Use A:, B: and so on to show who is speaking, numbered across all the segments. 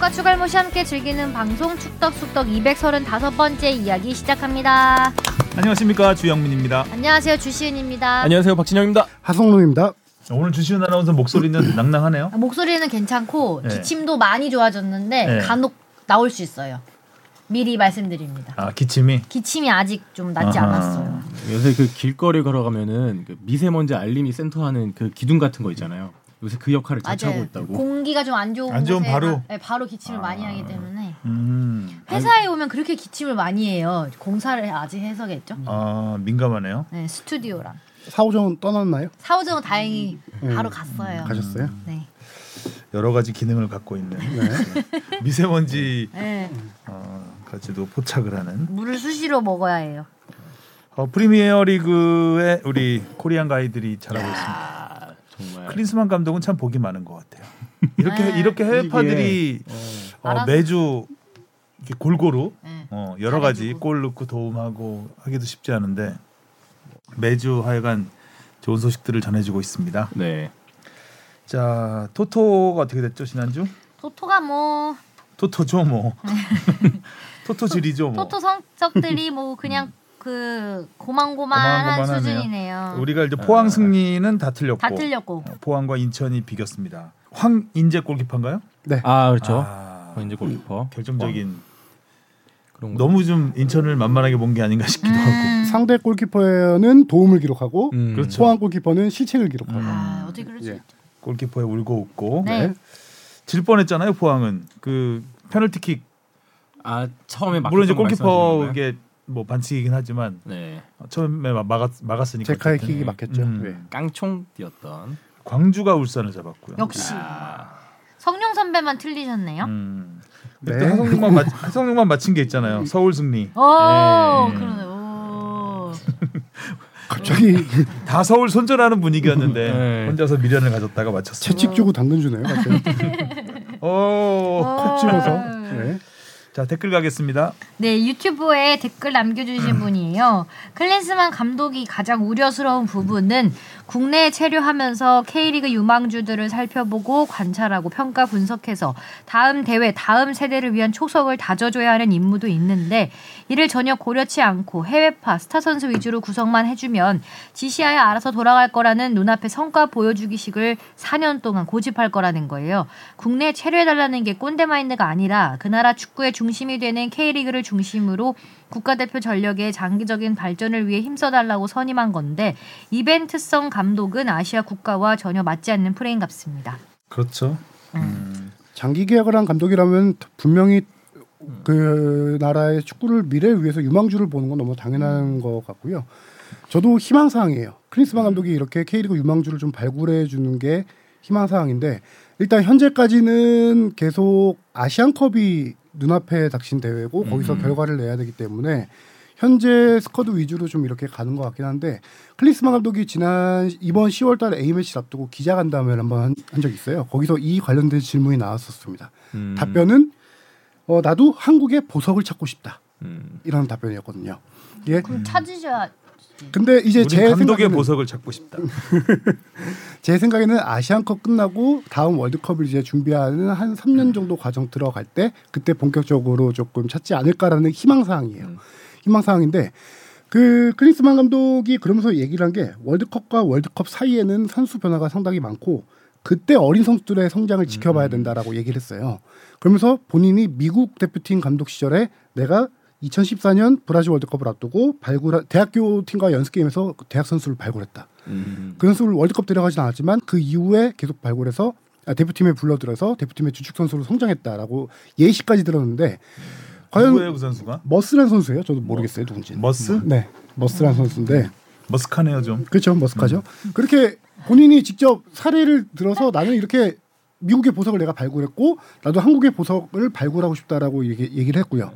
A: 쌀쌀무시 함께 즐기는 방송 축덕숙덕 235번째 이야기 시작합니다.
B: 안녕하십니까 주영민입니다.
A: 안녕하세요 주시은입니다.
C: 안녕하세요 박진영입니다.
D: 하성룡입니다.
B: 오늘 주시은 아나운서 목소리는 낭낭하네요.
A: 아, 목소리는 괜찮고
B: 네.
A: 기침도 많이 좋아졌는데
B: 네.
A: 간혹 나올 수 있어요. 미리 말씀드립니다.
B: 아 기침이
A: 기침이 아직 좀 낫지
B: 아하.
A: 않았어요.
C: 요새 그 길거리 걸어가면은 그 미세먼지 알림이 센터하는 그 기둥 같은 거 있잖아요. 요새 그 역할을 잘하고
A: 맞아요.
C: 있다고.
A: 공기가 좀 안 좋은
B: 안 좋으면
A: 곳에만-
B: 바로?
A: 네, 바로 기침을 많이 하기 때문에
B: 음,
A: 회사에 오면 그렇게 기침을 많이 해요. 공사를 아직 해서겠죠.
B: 아 민감하네요.
A: 네, 스튜디오랑
D: 사오정은 떠났나요?
A: 사우정은 다행히 바로 갔어요.
D: 음. 가셨어요?
A: 네.
B: 여러 가지 기능을 갖고 있는 네. 미세먼지
A: 네.
B: 어, 까지도 포착을 하는
A: 물을 수시로 먹어야 해요.
B: 어, 프리미어 리그의 우리 코리안 가이들이 잘하고 있습니다.
C: 아, 정말.
B: 클린스만 감독은 참 복이 많은 것 같아요. 이렇게
A: 네.
B: 이렇게 해외파들이 어,
A: 알아서.
B: 매주 이렇게 골고루
A: 네.
B: 어, 여러 가지
A: 잘해주고.
B: 골 넣고 도움하고 하기도 쉽지 않은데 매주 하여간 좋은 소식들을 전해주고 있습니다.
C: 네.
B: 자 토토가 어떻게 됐죠 지난주?
A: 토토가 뭐
B: 토토죠 뭐 토토질이죠 뭐
A: 토토 성적들이 뭐 그냥 그 고만고만한
B: 고만고만하네요.
A: 수준이네요.
B: 우리가 이제 포항 승리는 다 틀렸고
A: 다 틀렸고
B: 어, 포항과 인천이 비겼습니다. 황인재 골키퍼인가요?
D: 네.
C: 아 그렇죠.
B: 아,
C: 이제 골키퍼.
B: 결정적인
C: 그런 거.
B: 너무 좀 인천을 만만하게 본 게 아닌가 싶기도 하고
A: 음.
D: 상대 골키퍼는 도움을 기록하고
C: 음.
B: 그렇죠. 음,
D: 포항 골키퍼는 실책을 기록하고.
A: 아, 어떻게 그럴 수
D: 예.
A: 있죠.
B: 골키퍼에 울고 웃고
A: 네.
D: 네.
B: 질 뻔했잖아요 포항은 그 페널티킥
C: 아 처음에 막
B: 물론 이제 골키퍼에게 뭐 반칙이긴 하지만
C: 네.
B: 처음에 막 막았, 막았으니까
D: 제카의
B: 어쨌든.
D: 킥이 막혔죠.
B: 음.
D: 예.
C: 깡총 뛰었던.
B: 광주가 울산을 잡았고요.
A: 역시 성룡 선배만 틀리셨네요.
B: 음.
D: 네. 어?
B: 그때 하성룡만 맞 하성룡만 맞힌 게 있잖아요. 서울 승리.
A: 오
C: 예.
A: 그러네. 오.
D: 갑자기
B: 다 서울 손절하는 분위기였는데
C: 네.
B: 혼자서 미련을 가졌다가 맞췄어요.
D: 채찍 주고 당근 주네요. 갑자기
B: 오.
A: 오.
D: 콕 집어서. 예.
B: 자 댓글 가겠습니다.
A: 네, 유튜브에 댓글 남겨주신 분이에요. 클린스만 감독이 가장 우려스러운 부분은 국내에 체류하면서 K리그 유망주들을 살펴보고 관찰하고 평가 분석해서 다음 대회, 다음 세대를 위한 초석을 다져줘야 하는 임무도 있는데 이를 전혀 고려치 않고 해외파 스타 선수 위주로 구성만 해주면 지시하에 알아서 돌아갈 거라는 눈앞에 성과 보여주기식을 4년 동안 고집할 거라는 거예요. 국내 체류해달라는 게 꼰대 마인드가 아니라 그 나라 축구의 중심이 되는 K리그를 중심으로 국가대표 전력의 장기적인 발전을 위해 힘써달라고 선임한 건데 이벤트성 감독은 아시아 국가와 전혀 맞지 않는 프레임 같습니다.
B: 그렇죠.
D: 장기 계약을 한 감독이라면 분명히 그 나라의 축구를 미래를 위해서 유망주를 보는 건 너무 당연한 것 같고요. 저도 희망 사항이에요. 크리스마 감독이 이렇게 K리그 유망주를 좀 발굴해 주는 게 희망 사항인데 일단 현재까지는 계속 아시안컵이 눈앞에 닥친 대회고 거기서
B: 음.
D: 결과를 내야 되기 때문에 현재 스쿼드 위주로 좀 이렇게 가는 것 같긴 한데 클리스만 감독이 지난 이번 10월달 A 매치 앞두고 기자 간담회를 한번 한- 한 적이 있어요. 거기서 이 관련된 질문이 나왔었습니다.
C: 음.
D: 답변은 어, 나도 한국의 보석을 찾고 싶다
C: 음.
D: 이런 답변이었거든요. 예.
A: 그럼 찾으셔야
D: 근데 이제
B: 우리
D: 제
B: 감독의
D: 생각에는
B: 보석을 찾고 싶다.
D: 제 생각에는 아시안컵 끝나고 다음 월드컵을 이제 준비하는 한 3년 정도 과정 들어갈 때 그때 본격적으로 조금 찾지 않을까라는 희망 사항이에요. 희망 사항인데 그 클린스만 감독이 그러면서 얘기를 한 게 월드컵과 월드컵 사이에는 선수 변화가 상당히 많고 그때 어린 선수들의 성장을 지켜봐야 된다라고 얘기를 했어요. 그러면서 본인이 미국 대표팀 감독 시절에 내가 2014년 브라질 월드컵을 앞두고 발굴 대학교 팀과 연습 게임에서 그 대학 선수를 발굴했다.
C: 음.
D: 그 선수를 월드컵 데려가진 않았지만 그 이후에 계속 발굴해서 아, 대표팀에 불러들여서 대표팀의 주축 선수로 성장했다라고 예시까지 들었는데 과연
B: 누구예요 그 선수가?
D: 머스란 선수예요? 저도 모르겠어요 누군지.
B: 머스?
D: 네, 머스란 선수인데
B: 머스카네요 좀.
D: 그렇죠 머스카죠.
C: 음.
D: 그렇게 본인이 직접 사례를 들어서 나는 이렇게 미국의 보석을 내가 발굴했고 나도 한국의 보석을 발굴하고 싶다라고 얘기, 얘기를 했고요.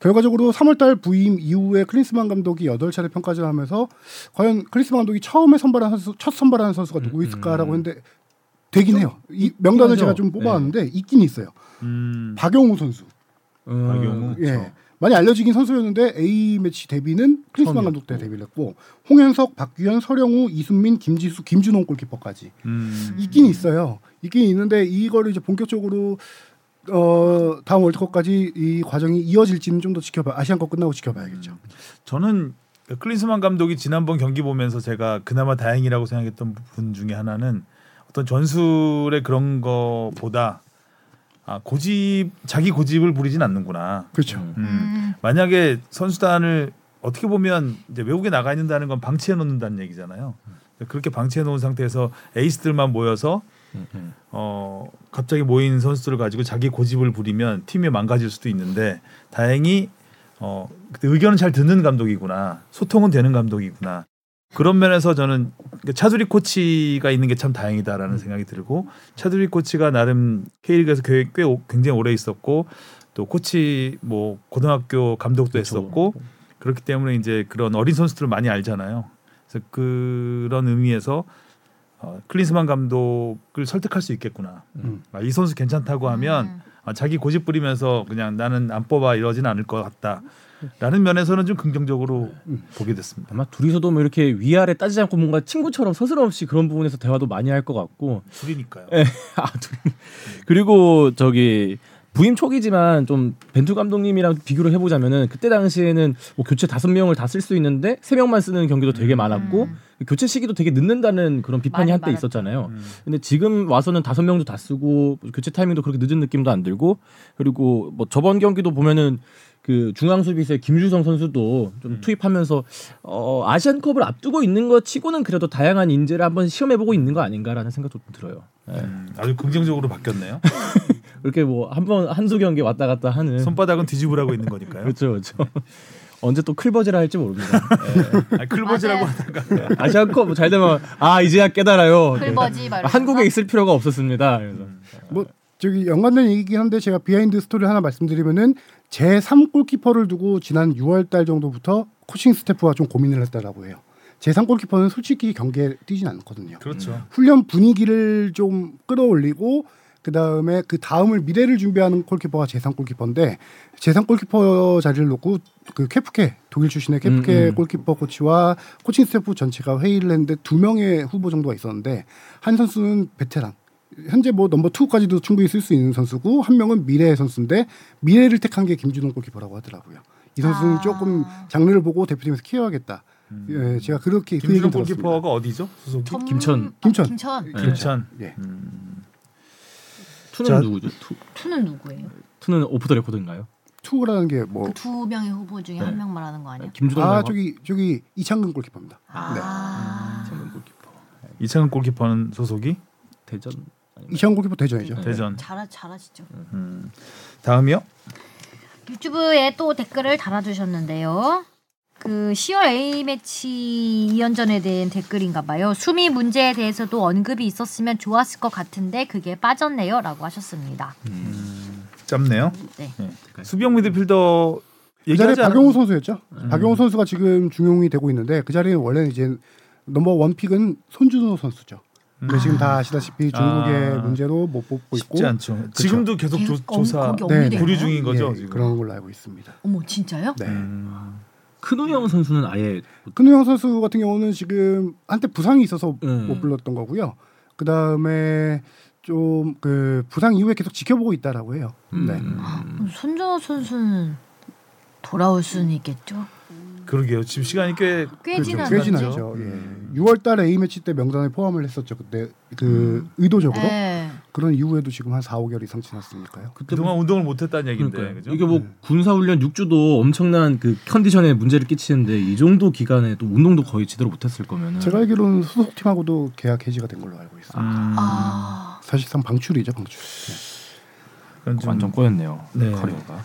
D: 결과적으로 3월달 부임 이후에 클린스만 감독이 8차례 평가를 하면서 과연 클린스만 감독이 처음에 선발한 선수 첫 선발하는 선수가
C: 음,
D: 누구 있을까라고 했는데 되긴 해요. 이 명단을
C: 있긴
D: 제가
C: 하죠. 네.
D: 좀 뽑아왔는데 있긴 있어요.
B: 음.
D: 박영우 선수.
C: 음.
B: 박용우.
D: 예.
B: 그쵸.
D: 많이 알려지긴 선수였는데 A 매치 데뷔는 클린스만 감독 때 데뷔를 했고 홍현석, 박규현, 서령우, 이순민, 김지수, 김준홍 골키퍼까지
B: 음.
D: 있긴 있어요. 있긴 있는데 이거를 이제 본격적으로 어, 다음 월드컵까지 이 과정이 이어질지는 좀 더 지켜봐. 아시안컵 끝나고 지켜봐야겠죠.
B: 음. 저는 클린스만 감독이 지난번 경기 보면서 제가 그나마 다행이라고 생각했던 부분 중에 하나는 어떤 전술의 그런 거보다 아, 고집 자기 고집을 부리진 않는구나.
D: 그렇죠.
B: 음.
A: 음.
B: 만약에 선수단을 어떻게 보면 이제 외국에 나가 있는다는 건 방치해 놓는다는 얘기잖아요. 그러니까 그렇게 방치해 놓은 상태에서 에이스들만 모여서
C: 음,
B: 어 갑자기 모인 선수들을 가지고 자기 고집을 부리면 팀이 망가질 수도 있는데 다행히 어 그때 의견을 잘 듣는 감독이구나 소통은 되는 감독이구나 그런 면에서 저는 그 차두리 코치가 있는 게 참 다행이다라는 생각이 들고 차두리 코치가 나름 K리그에서 꽤, 꽤 오- 굉장히 오래 있었고 또 코치 뭐 고등학교 감독도 했었고 그렇기 때문에 이제 그런 어린 선수들을 많이 알잖아요. 그래서 그런 의미에서 어, 클린스만 감독을 설득할 수 있겠구나.
D: 음.
B: 아, 이 선수 괜찮다고 하면
A: 음.
B: 아, 자기 고집 부리면서 그냥 나는 안 뽑아 이러진 않을 것 같다라는 면에서는 좀 긍정적으로 보게 됐습니다.
C: 아마 둘이서도 뭐 이렇게 위아래 따지지 않고 뭔가 친구처럼 서스럼없이 그런 부분에서 대화도 많이 할 것 같고
B: 둘이니까요.
D: 예.
C: 아, 둘이. 그리고 저기 부임 초기지만 좀 벤투 감독님이랑 비교를 해보자면은 그때 당시에는 뭐 교체 다섯 명을 다 쓸 수 있는데 세 명만 쓰는 경기도 되게 많았고 그
A: 음.
C: 교체 시기도 되게 늦는다는 그런 비판이
A: 많이
C: 한때
A: 많았죠.
C: 있었잖아요.
B: 음.
C: 근데 지금 와서는 다섯 명도 다 쓰고 교체 타이밍도 그렇게 늦은 느낌도 안 들고 그리고 뭐 저번 경기도 보면은 그 중앙 수비수의 김주성 선수도 좀 투입하면서 어 아시안컵을 앞두고 있는 것 치고는 그래도 다양한 인재를 한번 시험해보고 있는 거 아닌가라는 생각도 좀 들어요. 예.
B: 음, 아주 긍정적으로 바뀌었네요.
C: 이렇게 뭐 한 번 한두 경기 왔다 갔다
D: 예.
C: 하는
B: 손바닥은 뒤집으라고 있는 거니까요.
C: 그렇죠 그렇죠. 언제 또 클버즈라 할지 모릅니다.
B: 아, 클버즈라고
A: 맞아요.
B: 하다가
C: 아시안컵 뭐잘 되면 아 이제야 깨달아요. 네.
A: 글버지 말고
C: 한국에 있을 필요가 없었습니다. 그래서.
D: 뭐 저기 연관된 얘기긴 한데 제가 비하인드 스토리 하나 말씀드리면은 제 3골키퍼를 두고 지난 6월 달 정도부터 코칭 스태프와 좀 고민을 했다라고 해요. 제 3골키퍼는 솔직히 경기에 뛰진 않거든요.
B: 그렇죠.
D: 훈련 분위기를 좀 끌어올리고 그다음에 그 다음을 미래를 준비하는 골키퍼가 재상 골키퍼인데 재상 골키퍼 자리를 놓고 그 케프케 독일 출신의 케프케
C: 음, 음.
D: 골키퍼 코치와 코칭 스태프 전체가 회의를 했는데 두 명의 후보 정도가 있었는데 한 선수는 베테랑 현재 뭐 넘버 투까지도 충분히 쓸 수 있는 선수고 한 명은 미래의 선수인데 미래를 택한 게 김준호 골키퍼라고 하더라고요. 이 선수는
A: 아.
D: 조금 장르를 보고 대표팀에서 키워야겠다. 예, 제가 그렇게 그
B: 음. 김준호
D: 얘기를 들었습니다.
B: 골키퍼가 어디죠? 소속이
A: 점-
C: 김천.
A: 아,
D: 김천.
A: 김천.
C: 네.
B: 김천.
D: 예.
B: 음.
C: 투는
B: 자-
C: 누구죠? 투,
A: 투는 누구예요?
C: 투는 오프 더 레코드인가요?
D: 투라는 게뭐
A: 그 두 명의 후보 중에
C: 네.
A: 한 명 말하는 거 아니야?
C: 김주동
D: 아
C: 말고?
D: 저기 저기 이창근 골키퍼입니다. 네.
A: 아.
C: 이창근 골키퍼.
B: 이창근 골키퍼는 소속이
C: 대전
D: 이창근 골키퍼 대전이죠.
C: 네.
B: 대전.
A: 잘하 잘하시죠.
B: 음. 다음이요.
A: 유튜브에 또 댓글을 달아주셨는데요. 그 10월 A 매치 2연전에 대한 댓글인가 봐요. 수미 문제에 대해서도 언급이 있었으면 좋았을 것 같은데 그게 빠졌네요라고 하셨습니다.
B: 짧네요.
A: 네.
B: 수비형 미드필더
D: 그 자리에
B: 얘기하지
D: 박용호
B: 않았 음.
D: 선수였죠. 박용호 선수가 지금 중용이 되고 있는데 그 자리에 원래는 이제 넘버 원 픽은 손준호 선수죠. 근데 지금 다 아시다시피 중국의
B: 음. 아.
D: 문제로 못 뽑고 그렇죠. 있고
B: 쉽지 않죠. 지금도 계속 조,
A: 계속
B: 조사
A: 거기
D: 네,
A: 언급이
B: 보류
A: 되나요?
B: 중인 거죠.
D: 예,
B: 지금.
D: 그런 걸로 알고 있습니다.
A: 어머 진짜요?
D: 네.
B: 음.
C: 큰우영 선수는 아예
D: 근우영 선수 같은 경우는 지금 한때 부상이 있어서
C: 음.
D: 못 불렀던 거고요. 그 다음에 좀 그 부상 이후에 계속 지켜보고 있다라고 해요.
B: 음,
D: 네.
A: 그럼 음, 손준호 선수는 돌아올 수는 있겠죠.
B: 그러게요. 지금 시간이 꽤
A: 꽤
B: 그렇죠.
A: 지났죠.
D: 꽤
A: 맞죠?
D: 지났죠. 예. 6월달 A 매치 때 명단에 포함을 했었죠. 그때 그
C: 음.
D: 의도적으로
A: 네.
D: 그런 이후에도 지금 한 4, 5개월 이상 지났으니까요.
C: 그때 뭐
B: 그동안 운동을 못했다는 얘기인데
C: 그러니까
B: 그죠?
C: 이게 뭐 군사 훈련 6주도 엄청난 그 컨디션에 문제를 끼치는데 이 정도 기간에 또 운동도 거의 제대로 못했을 거면은
D: 제가 알기로는 소속팀하고도 계약 해지가 된 걸로 알고 있어요.
B: 음,
A: 아
D: 사실상 방출이죠, 방출. 네.
B: 그건 좀
C: 완전 꼬였네요.
B: 네.
C: 커리어가.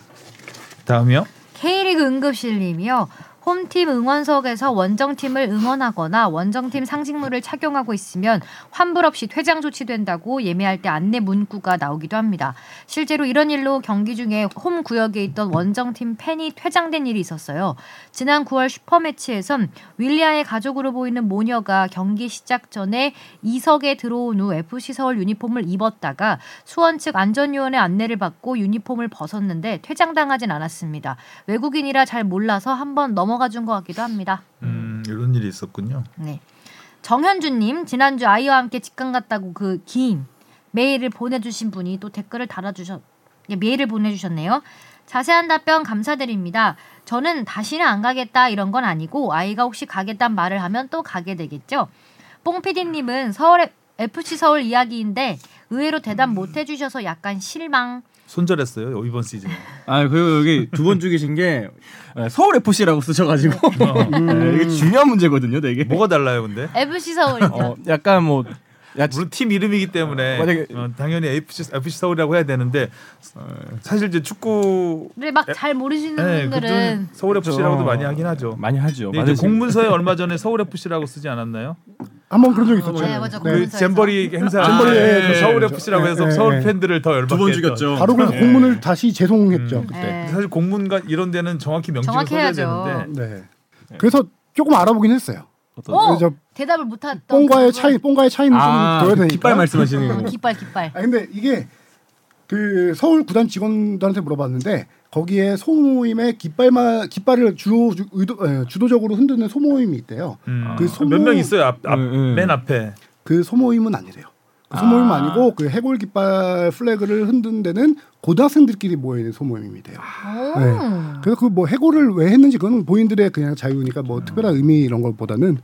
B: 다음이요.
A: K리그 응급실님이요. 홈팀 응원석에서 원정팀을 응원하거나 원정팀 상징물을 착용하고 있으면 환불 없이 퇴장 조치된다고 예매할 때 안내 문구가 나오기도 합니다. 실제로 이런 일로 경기 중에 홈 구역에 있던 원정팀 팬이 퇴장된 일이 있었어요. 지난 9월 슈퍼매치에선 윌리아의 가족으로 보이는 모녀가 경기 시작 전에 이석에 들어온 후 FC 서울 유니폼을 입었다가 수원 측 안전요원의 안내를 받고 유니폼을 벗었는데 퇴장당하진 않았습니다. 외국인이라 잘 몰라서 한번 넘어가 준 것 같기도 합니다.
B: 음, 이런 일이 있었군요.
A: 네. 정현주님 지난주 아이와 함께 직관 갔다고 그 긴 메일을 보내주신 분이 또 댓글을 달아주셨. 예, 메일을 보내주셨네요. 자세한 답변 감사드립니다. 저는 다시는 안 가겠다 이런 건 아니고 아이가 혹시 가겠단 말을 하면 또 가게 되겠죠. 뽕피디님은 서울 FC 서울 이야기인데 의외로 대답 못 해주셔서 약간 실망.
B: 손절했어요 이번 시즌.
C: 아 그리고 여기 두 번 죽이신 게 에, 서울 FC라고 쓰셔가지고 에, 이게 중요한 문제거든요, 되게.
B: 뭐가 달라요 근데?
A: FC 서울이죠.
C: 어, 약간 뭐 야, 지-
B: 물론 팀 이름이기 때문에
C: 만약에-
B: 어, 당연히 FC, FC 서울이라고 해야 되는데 어, 사실 이제 축구
A: 를 막 잘 모르시는
B: 예,
A: 분들은
B: 그좀 서울 FC라고도
C: 그렇죠.
B: 많이 하긴 하죠.
C: 네, 많이 하죠.
B: 근데 이제
C: 많으신-
B: 공문서에 얼마 전에 서울 FC라고 쓰지 않았나요?
D: 한번 그런 적 있었죠.
A: 네, 맞아.
B: 그
A: 공문서에서.
B: 잼버리
C: 아,
B: 행사
D: 잼버리, 예,
B: 때
D: 예,
B: 서울
D: 예,
B: FC라고
D: 예,
B: 해서
D: 예,
B: 서울
D: 예.
B: 팬들을 더 열받게
C: 두번
B: 했던.
C: 죽였죠.
D: 바로 그래서 공문을 다시 재송했죠.
A: 예.
D: 그때.
B: 사실 공문과 이런 데는 정확히 명칭을
A: 정확히
B: 써야
A: 해야죠.
C: 음.
B: 되는데
D: 네. 그래서 조금 알아보긴 했어요.
B: 그
C: 어떤-
A: 어
D: 저
A: 대답을 못했던
D: 뽕과의
A: 그분.
D: 차이, 뽕과의 차이는
C: 아,
D: 좀 보여야
C: 그
D: 되니까.
C: 깃발 말씀하시는
A: 어,
C: 거.
A: 깃발 깃발.
D: 아 근데 이게 그 서울 구단 직원들한테 물어봤는데 거기에 소모임에 깃발만 깃발을 주로 주, 의도, 에, 주도적으로 흔드는 소모임이 있대요.
B: 음,
D: 그 소모-
B: 몇명 있어요 앞, 앞,
C: 음, 음.
B: 맨 앞에
D: 그 소모임은 아니래요. 그 소모임 아. 아니고 그 해골 깃발 플래그를 흔든 데는 고등학생들끼리 모이는 소모임이 돼요.
A: 오.
D: 네. 그래서 그 뭐 해고를 왜 했는지 그건 본인들의 그냥 자유니까
B: 음.
D: 뭐 특별한 의미 이런 것보다는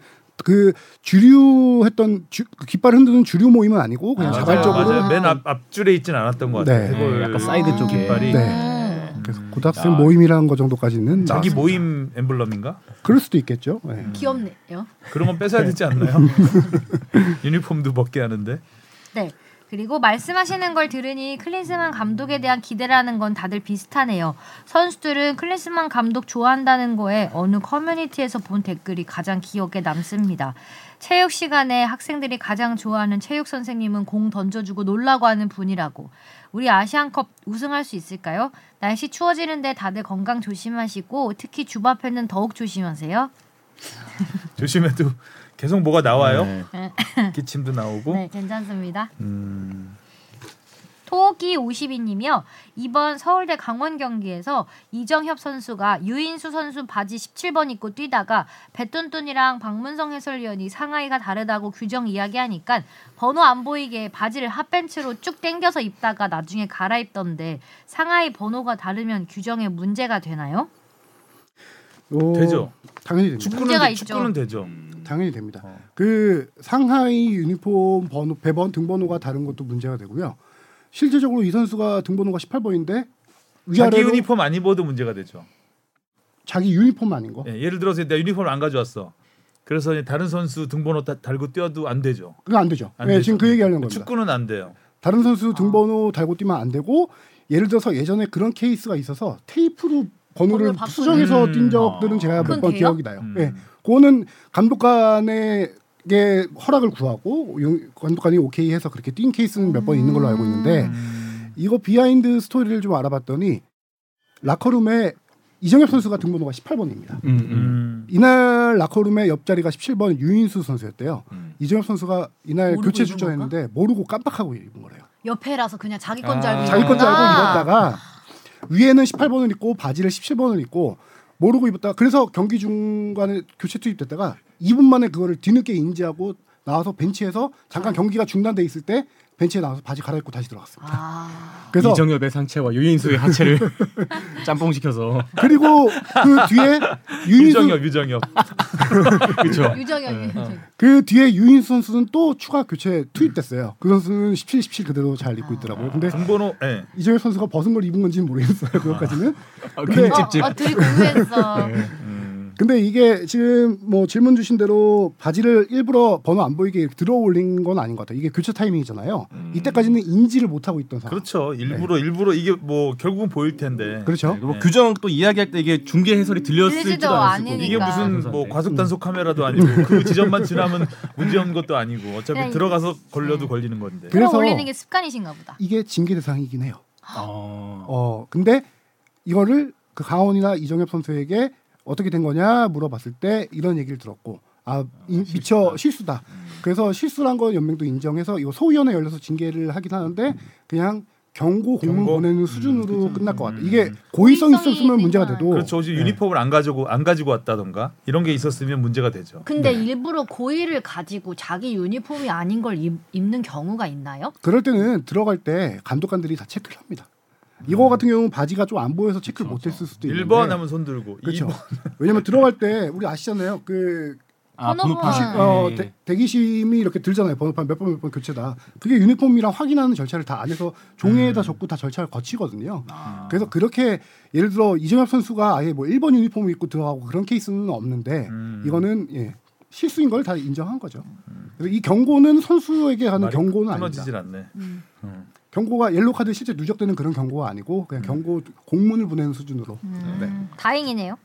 D: 그 주류 했던 주, 그 깃발 흔드는 주류 모임은 아니고 그냥
B: 맞아요.
D: 자발적으로
B: 맞아요. 맨 앞, 앞줄에 있진 않았던 것 같아요.
D: 네.
B: 그걸 음,
C: 약간 사이드 쪽에.
B: 깃발이
A: 네.
D: 그래서 고등학생 모임이라는 거 정도까지는
B: 자기 음.
D: 나왔습니다.
B: 모임 엠블럼인가?
D: 그럴 수도 있겠죠. 예.
A: 귀엽네요.
B: 그런 건 뺏어야 되지 않나요? 유니폼도 벗게 하는데.
A: 네. 그리고 말씀하시는 걸 들으니 클린스만 감독에 대한 기대라는 건 다들 비슷하네요. 선수들은 클린스만 감독 좋아한다는 거에 어느 커뮤니티에서 본 댓글이 가장 기억에 남습니다. 체육 시간에 학생들이 가장 좋아하는 체육 선생님은 공 던져주고 놀라고 하는 분이라고. 우리 아시안컵 우승할 수 있을까요? 날씨 추워지는데 다들 건강 조심하시고 특히 주바페는 더욱 조심하세요.
B: 조심해도 계속 뭐가 나와요.
A: 네.
B: 기침도 나오고.
D: 어?
A: 네, 괜찮습니다.
B: 음,
A: 토기 52님이요. 이번 서울대 강원 경기에서 이정협 선수가 유인수 선수 바지 17번 입고 뛰다가 배뚠뚠이랑 박문성 해설위원이 상하이가 다르다고 규정 이야기하니까 번호 안 보이게 바지를 핫벤츠로 쭉 당겨서 입다가 나중에 갈아입던데 상하이 번호가 다르면 규정에 문제가 되나요?
D: 어,
B: 되죠.
D: 당연히 됩니다.
B: 축구는
A: 문제가
B: 되- 축구는 되죠.
D: 당연히 됩니다.
B: 어.
D: 그 상하이 유니폼 번호 배번 등번호가 다른 것도 문제가 되고요. 실제적으로 이 선수가 등번호가 18번인데
B: 자기
D: 위아래로
B: 유니폼 안 입어도 문제가 되죠.
D: 자기 유니폼 아닌 거.
B: 예, 예를 들어서 내가 유니폼을 안 가져왔어. 그래서 이제 다른 선수 등번호 다, 달고 뛰어도 안 되죠.
D: 그거 안 되죠.
B: 안
D: 예,
B: 되죠.
D: 지금 그 얘기하는 겁니다.
B: 축구는 아. 안 돼요.
D: 다른 선수 등번호 달고 뛰면 안 되고 예를 들어서 예전에 그런 케이스가 있어서 테이프로 번호를
A: 번호를 바꾸는- 아.
D: 수정해서
B: 음.
D: 뛴 적들은 제가 몇
A: 그건
D: 번
A: 돼요?
D: 기억이 나요.
B: 음.
D: 예. 그거는 감독 간의 게 허락을 구하고 용- 감독관이 오케이 해서 그렇게 뛴 케이스는 몇 번 있는 걸로 알고
A: 음.
D: 있는데
B: 음.
D: 이거 비하인드 스토리를 좀 알아봤더니 라커룸에 이정엽 선수가 등번호가 18번입니다.
C: 음, 음.
B: 음.
D: 이날 라커룸의 옆자리가 17번 유인수 선수였대요.
C: 음.
D: 이정엽 선수가 이날
A: 모르고
D: 교체
A: 입은
D: 출전했는데 모르고 깜빡하고 입은 거래요.
A: 옆에라서 그냥 자기
C: 건
A: 건
C: 줄
A: 줄 알고
C: 알고 아.
D: 자기 건 줄 알고
C: 아.
D: 입었다가 위에는 18번을 입고 바지를 17번을 입고 모르고 입었다가 그래서 경기 중간에 교체 투입됐다가 2분 만에 그거를 뒤늦게 인지하고 나와서 벤치에서 잠깐 경기가 중단돼 있을 때 벤치에 나와서 바지 갈아입고 다시 들어갔습니다. 그래서
C: 이정엽의 상체와 유인수의 하체를 짬뽕 시켜서
D: 그리고 그 뒤에 유인수
B: 유정엽, 유정엽.
C: 그렇죠.
A: 유정현 유정현.
D: 그 뒤에 유인수 선수는 또 추가 교체 투입됐어요. 그 선수는 17, 17 그대로 잘 입고 있더라고요. 근데
B: 등번호, 예.
D: 이정현 선수가 벗은 걸 입은 건지는 모르겠어요. 그것까지는.
C: 아,
D: 네,
C: 괜히
D: 아,
A: 어,
C: 찝찝.
A: 어, 둘이 공유했어.
B: 음.
D: 근데 이게 지금 뭐 질문 주신 대로 바지를 일부러 번호 안 보이게 이렇게 들어 올린 건 아닌 것 같아요. 이게 교체 타이밍이잖아요. 이때까지는 인지를 못 하고 있던 상황.
B: 그렇죠. 일부러 일부러 이게 뭐 결국은 보일 텐데.
D: 그렇죠.
C: 뭐 규정 또 이야기할 때 이게 중계 해설이 들렸을지도
A: 들리지도
C: 않고
A: 않으니까.
B: 이게 무슨 뭐
C: 네.
B: 과속
D: 음.
B: 단속 카메라도 아니고 그 지점만 지나면 문제 없는 것도 아니고 어차피
A: 그냥
B: 들어가서 걸려도 걸리는 건데.
D: 그러니까. 네. 그래서-
A: 끌어올리는 게 습관이신가 보다.
D: 이게 징계 대상이긴 해요.
A: 아,
C: 어.
D: 어, 근데 이거를 그 강원이나 이정엽 선수에게 어떻게 된 거냐 물어봤을 때 이런 얘기를 들었고 아 이- 미처 실수다. 그래서 실수란 건 연맹도 인정해서 이거 소위원회 열려서 징계를 하긴 하는데 그냥 음. 경고 음. 공문
B: 경고?
D: 보내는 수준으로 끝날 것 같아. 요 이게 고의성
A: 고의성이
D: 있었으면 문제가
A: 생겨요.
D: 돼도
B: 그렇죠. 혹시 유니폼을 안 가지고 안 가지고 왔다던가 이런 게 있었으면 문제가 되죠.
A: 근데 일부러 고의를 가지고 자기 유니폼이 아닌 걸 입, 입는 경우가 있나요?
D: 그럴 때는 들어갈 때 감독관들이 다 체크를 합니다. 이거 같은 경우는 바지가 좀 안 보여서 체크를 못했을 수도 있는데
B: 1번 음. 그렇죠. 하면 손 들고
D: 그렇죠.
B: 2번
D: 왜냐면 들어갈 때 우리 아시잖아요. 그
C: 아, 번호판.
A: 번호판.
C: 예.
D: 어, 대, 대기심이 이렇게 들잖아요. 번호판 몇 번 몇 번 교체다. 그게 유니폼이랑 확인하는 절차를 다 안에서
B: 음.
D: 종이에다 적고 다 절차를 거치거든요.
C: 아.
D: 그래서 그렇게 예를 들어 이정엽 선수가 아예 뭐 1번 유니폼을 입고 들어가고 그런 케이스는 없는데
B: 음.
D: 이거는 예, 실수인 걸 다 인정한 거죠. 그래서 이 경고는 선수에게 가는
B: 말이
D: 경고는 아니다.
B: 끊어지질 않네.
A: 음.
D: 경고가 옐로 카드 실제 누적되는 그런 경고가 아니고 그냥
B: 음.
D: 경고 공문을 보내는 수준으로.
A: 음, 다행이네요.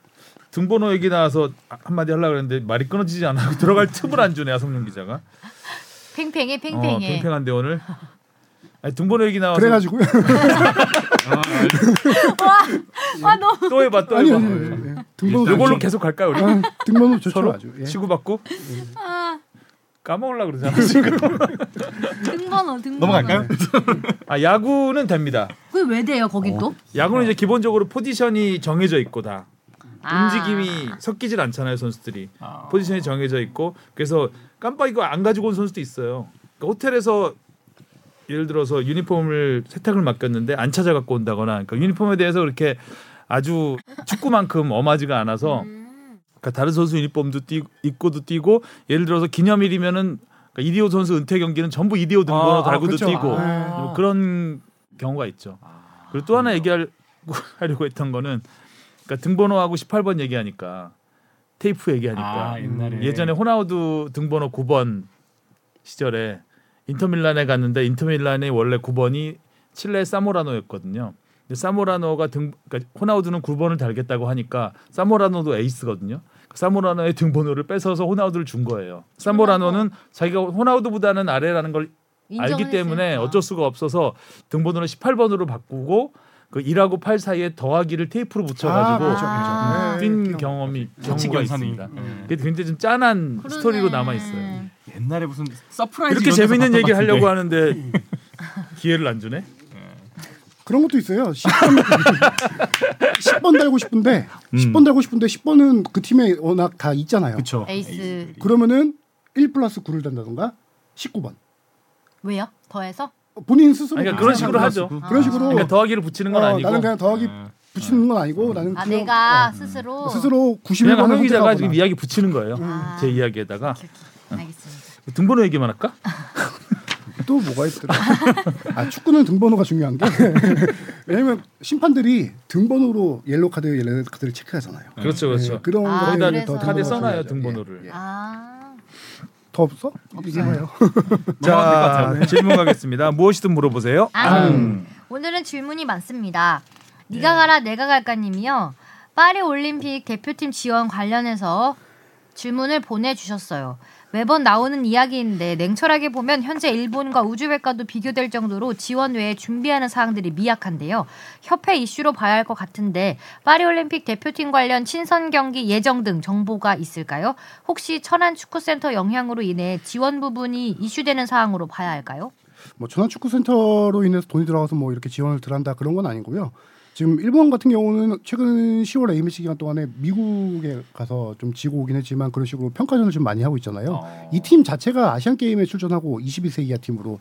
B: 등번호 얘기 나와서 아- 한마디 하려고 그랬는데 말이 끊어지지 않아 들어갈 틈을 안 주네 하성룡 기자가.
A: 팽팽해
B: 어,
A: 팽팽해.
B: 팽팽한데 오늘. 아니, 등번호 얘기 나와서
D: 그래가지고
C: 아,
A: 와, 와 너무
B: 또 해봐 또
D: 아니
B: 해봐.
D: 아니 아니, 예. 등번호
B: 네. 이걸로
D: 등록
B: 계속 갈까 우리?
D: 등번호 아, 좋죠
B: 서로
D: 아주. 예.
B: 치고받고 까먹으려 그러잖아 지금.
A: 등번호 등번호.
E: 넘어갈까요?
B: 아 야구는 됩니다.
A: 그게 왜 돼요 거긴 또?
B: 야구는 이제 기본적으로 포지션이 정해져 있고 다
A: 아.
B: 움직임이 섞이질 않잖아요 선수들이 포지션이 정해져 있고 그래서 깜빡 이거 안 가지고 온 선수도 있어요. 그러니까 호텔에서 예를 들어서 유니폼을 세탁을 맡겼는데 안 찾아 갖고 온다거나 그러니까 유니폼에 대해서 그렇게 아주 축구만큼 엄하지가 않아서 그러니까 다른 선수 유니폼도 띄, 입고도 뛰고 예를 들어서 기념일이면은 그러니까 이디오 선수 은퇴 경기는 전부 이디오 등번호
C: 아,
B: 달고도
D: 그쵸.
B: 뛰고
D: 아.
B: 뭐 그런 경우가 있죠. 그리고 또 하나 얘기하려고 했던 거는 그러니까 등번호하고 18번 얘기하니까 테이프 얘기하니까
E: 아, 옛날에.
B: 예전에 호나우두 등번호 9번 시절에 인터밀란에 갔는데 인터밀란의 원래 9번이 칠레 사모라노였거든요. 근데 사모라노가 등 그러니까 호나우두는 9번을 달겠다고 하니까 사모라노도 에이스거든요. 그러니까 사모라노의 등번호를 뺏어서 호나우두를 준 거예요. 사모라노는 자기가 호나우두보다는 아래라는 걸 알기
A: 인정을
B: 때문에
A: 했으니까.
B: 어쩔 수가 없어서 등번호를 18번으로 바꾸고 그 1하고 8 사이에 더하기를 테이프로 붙여가지고
D: 그렇죠,
A: 아.
D: 그렇죠.
B: 뛴 네, 경험이
E: 좌측
B: 경우가
E: 연산이.
B: 있습니다.
C: 음.
E: 예.
B: 그게 굉장히 좀 짠한
A: 그러네.
B: 음, 스토리로 남아 있어요.
E: 옛날에 무슨 아, 서프라이즈
B: 이렇게
E: 이런 데서
B: 재밌는
E: 봤던
B: 얘기
E: 것
B: 하려고
E: 같은데.
B: 하는데 기회를 안 주네.
D: 그런 것도 있어요. 10번, 10번 달고 싶은데
B: 음.
D: 10번 달고 싶은데 10번은 그 팀에 워낙 다 있잖아요.
E: 그쵸.
A: 에이스.
E: 에이스들이.
D: 러면은1 플러스 9를 단다던가 19번.
A: 왜요? 더해서?
D: 본인 스스로
B: 아니, 그러니까 그런 식으로
D: 생각하는
B: 하죠.
D: 거죠. 그런 식으로
B: 그러니까 더하기를 붙이는 건
D: 어,
B: 아니고 네.
D: 나는 그냥 더하기
E: 음.
D: 붙이는 건 아니고 나는
A: 아
D: 그냥
A: 내가
D: 어,
A: 스스로.
B: 그냥
D: 스스로
B: 한명
D: 91번을
B: 기자가
D: 선택하거나
B: 지금 이야기 붙이는 거예요.
A: 아.
B: 제 이야기에다가
A: 오케이, 오케이. 알겠습니다.
B: 등번호 얘기만 할까?
D: 또 뭐가 있더라. 아 축구는 등번호가 중요한 게 왜냐면 심판들이 등번호로 옐로 카드 옐로 카드를 체크하잖아요.
B: 그렇죠,
D: 네,
B: 그렇죠.
D: 그런
A: 아,
D: 거에
A: 그래서.
D: 더
B: 카드에
D: 등번호가
B: 써놔요
D: 중요하죠.
B: 등번호를.
D: 예, 예.
A: 아
D: 더 없어? 없어요.
B: 자 질문 가겠습니다. 무엇이든 물어보세요.
A: 앙. 오늘은 질문이 많습니다. 음. 네가 가라 내가 갈까님이요. 파리 올림픽 대표팀 지원 관련해서 질문을 보내주셨어요. 매번 나오는 이야기인데 냉철하게 보면 현재 일본과 우즈벡과도 비교될 정도로 지원 외에 준비하는 사항들이 미약한데요. 협회 이슈로 봐야 할 것 같은데 파리 올림픽 대표팀 관련 친선 경기 예정 등 정보가 있을까요? 혹시 천안 축구센터 영향으로 인해 지원 부분이 이슈되는 사항으로 봐야 할까요?
D: 뭐 전환축구센터로 인해서 돈이 들어가서 뭐 이렇게 지원을 들한다 그런 건 아니고요. 지금 일본 같은 경우는 최근 10월 A매치 기간 동안에 미국에 가서 좀 지고 오긴 했지만 그런 식으로 평가전을 좀 많이 하고 있잖아요. 이 팀 자체가 아시안 게임에 출전하고 22세 이하 팀으로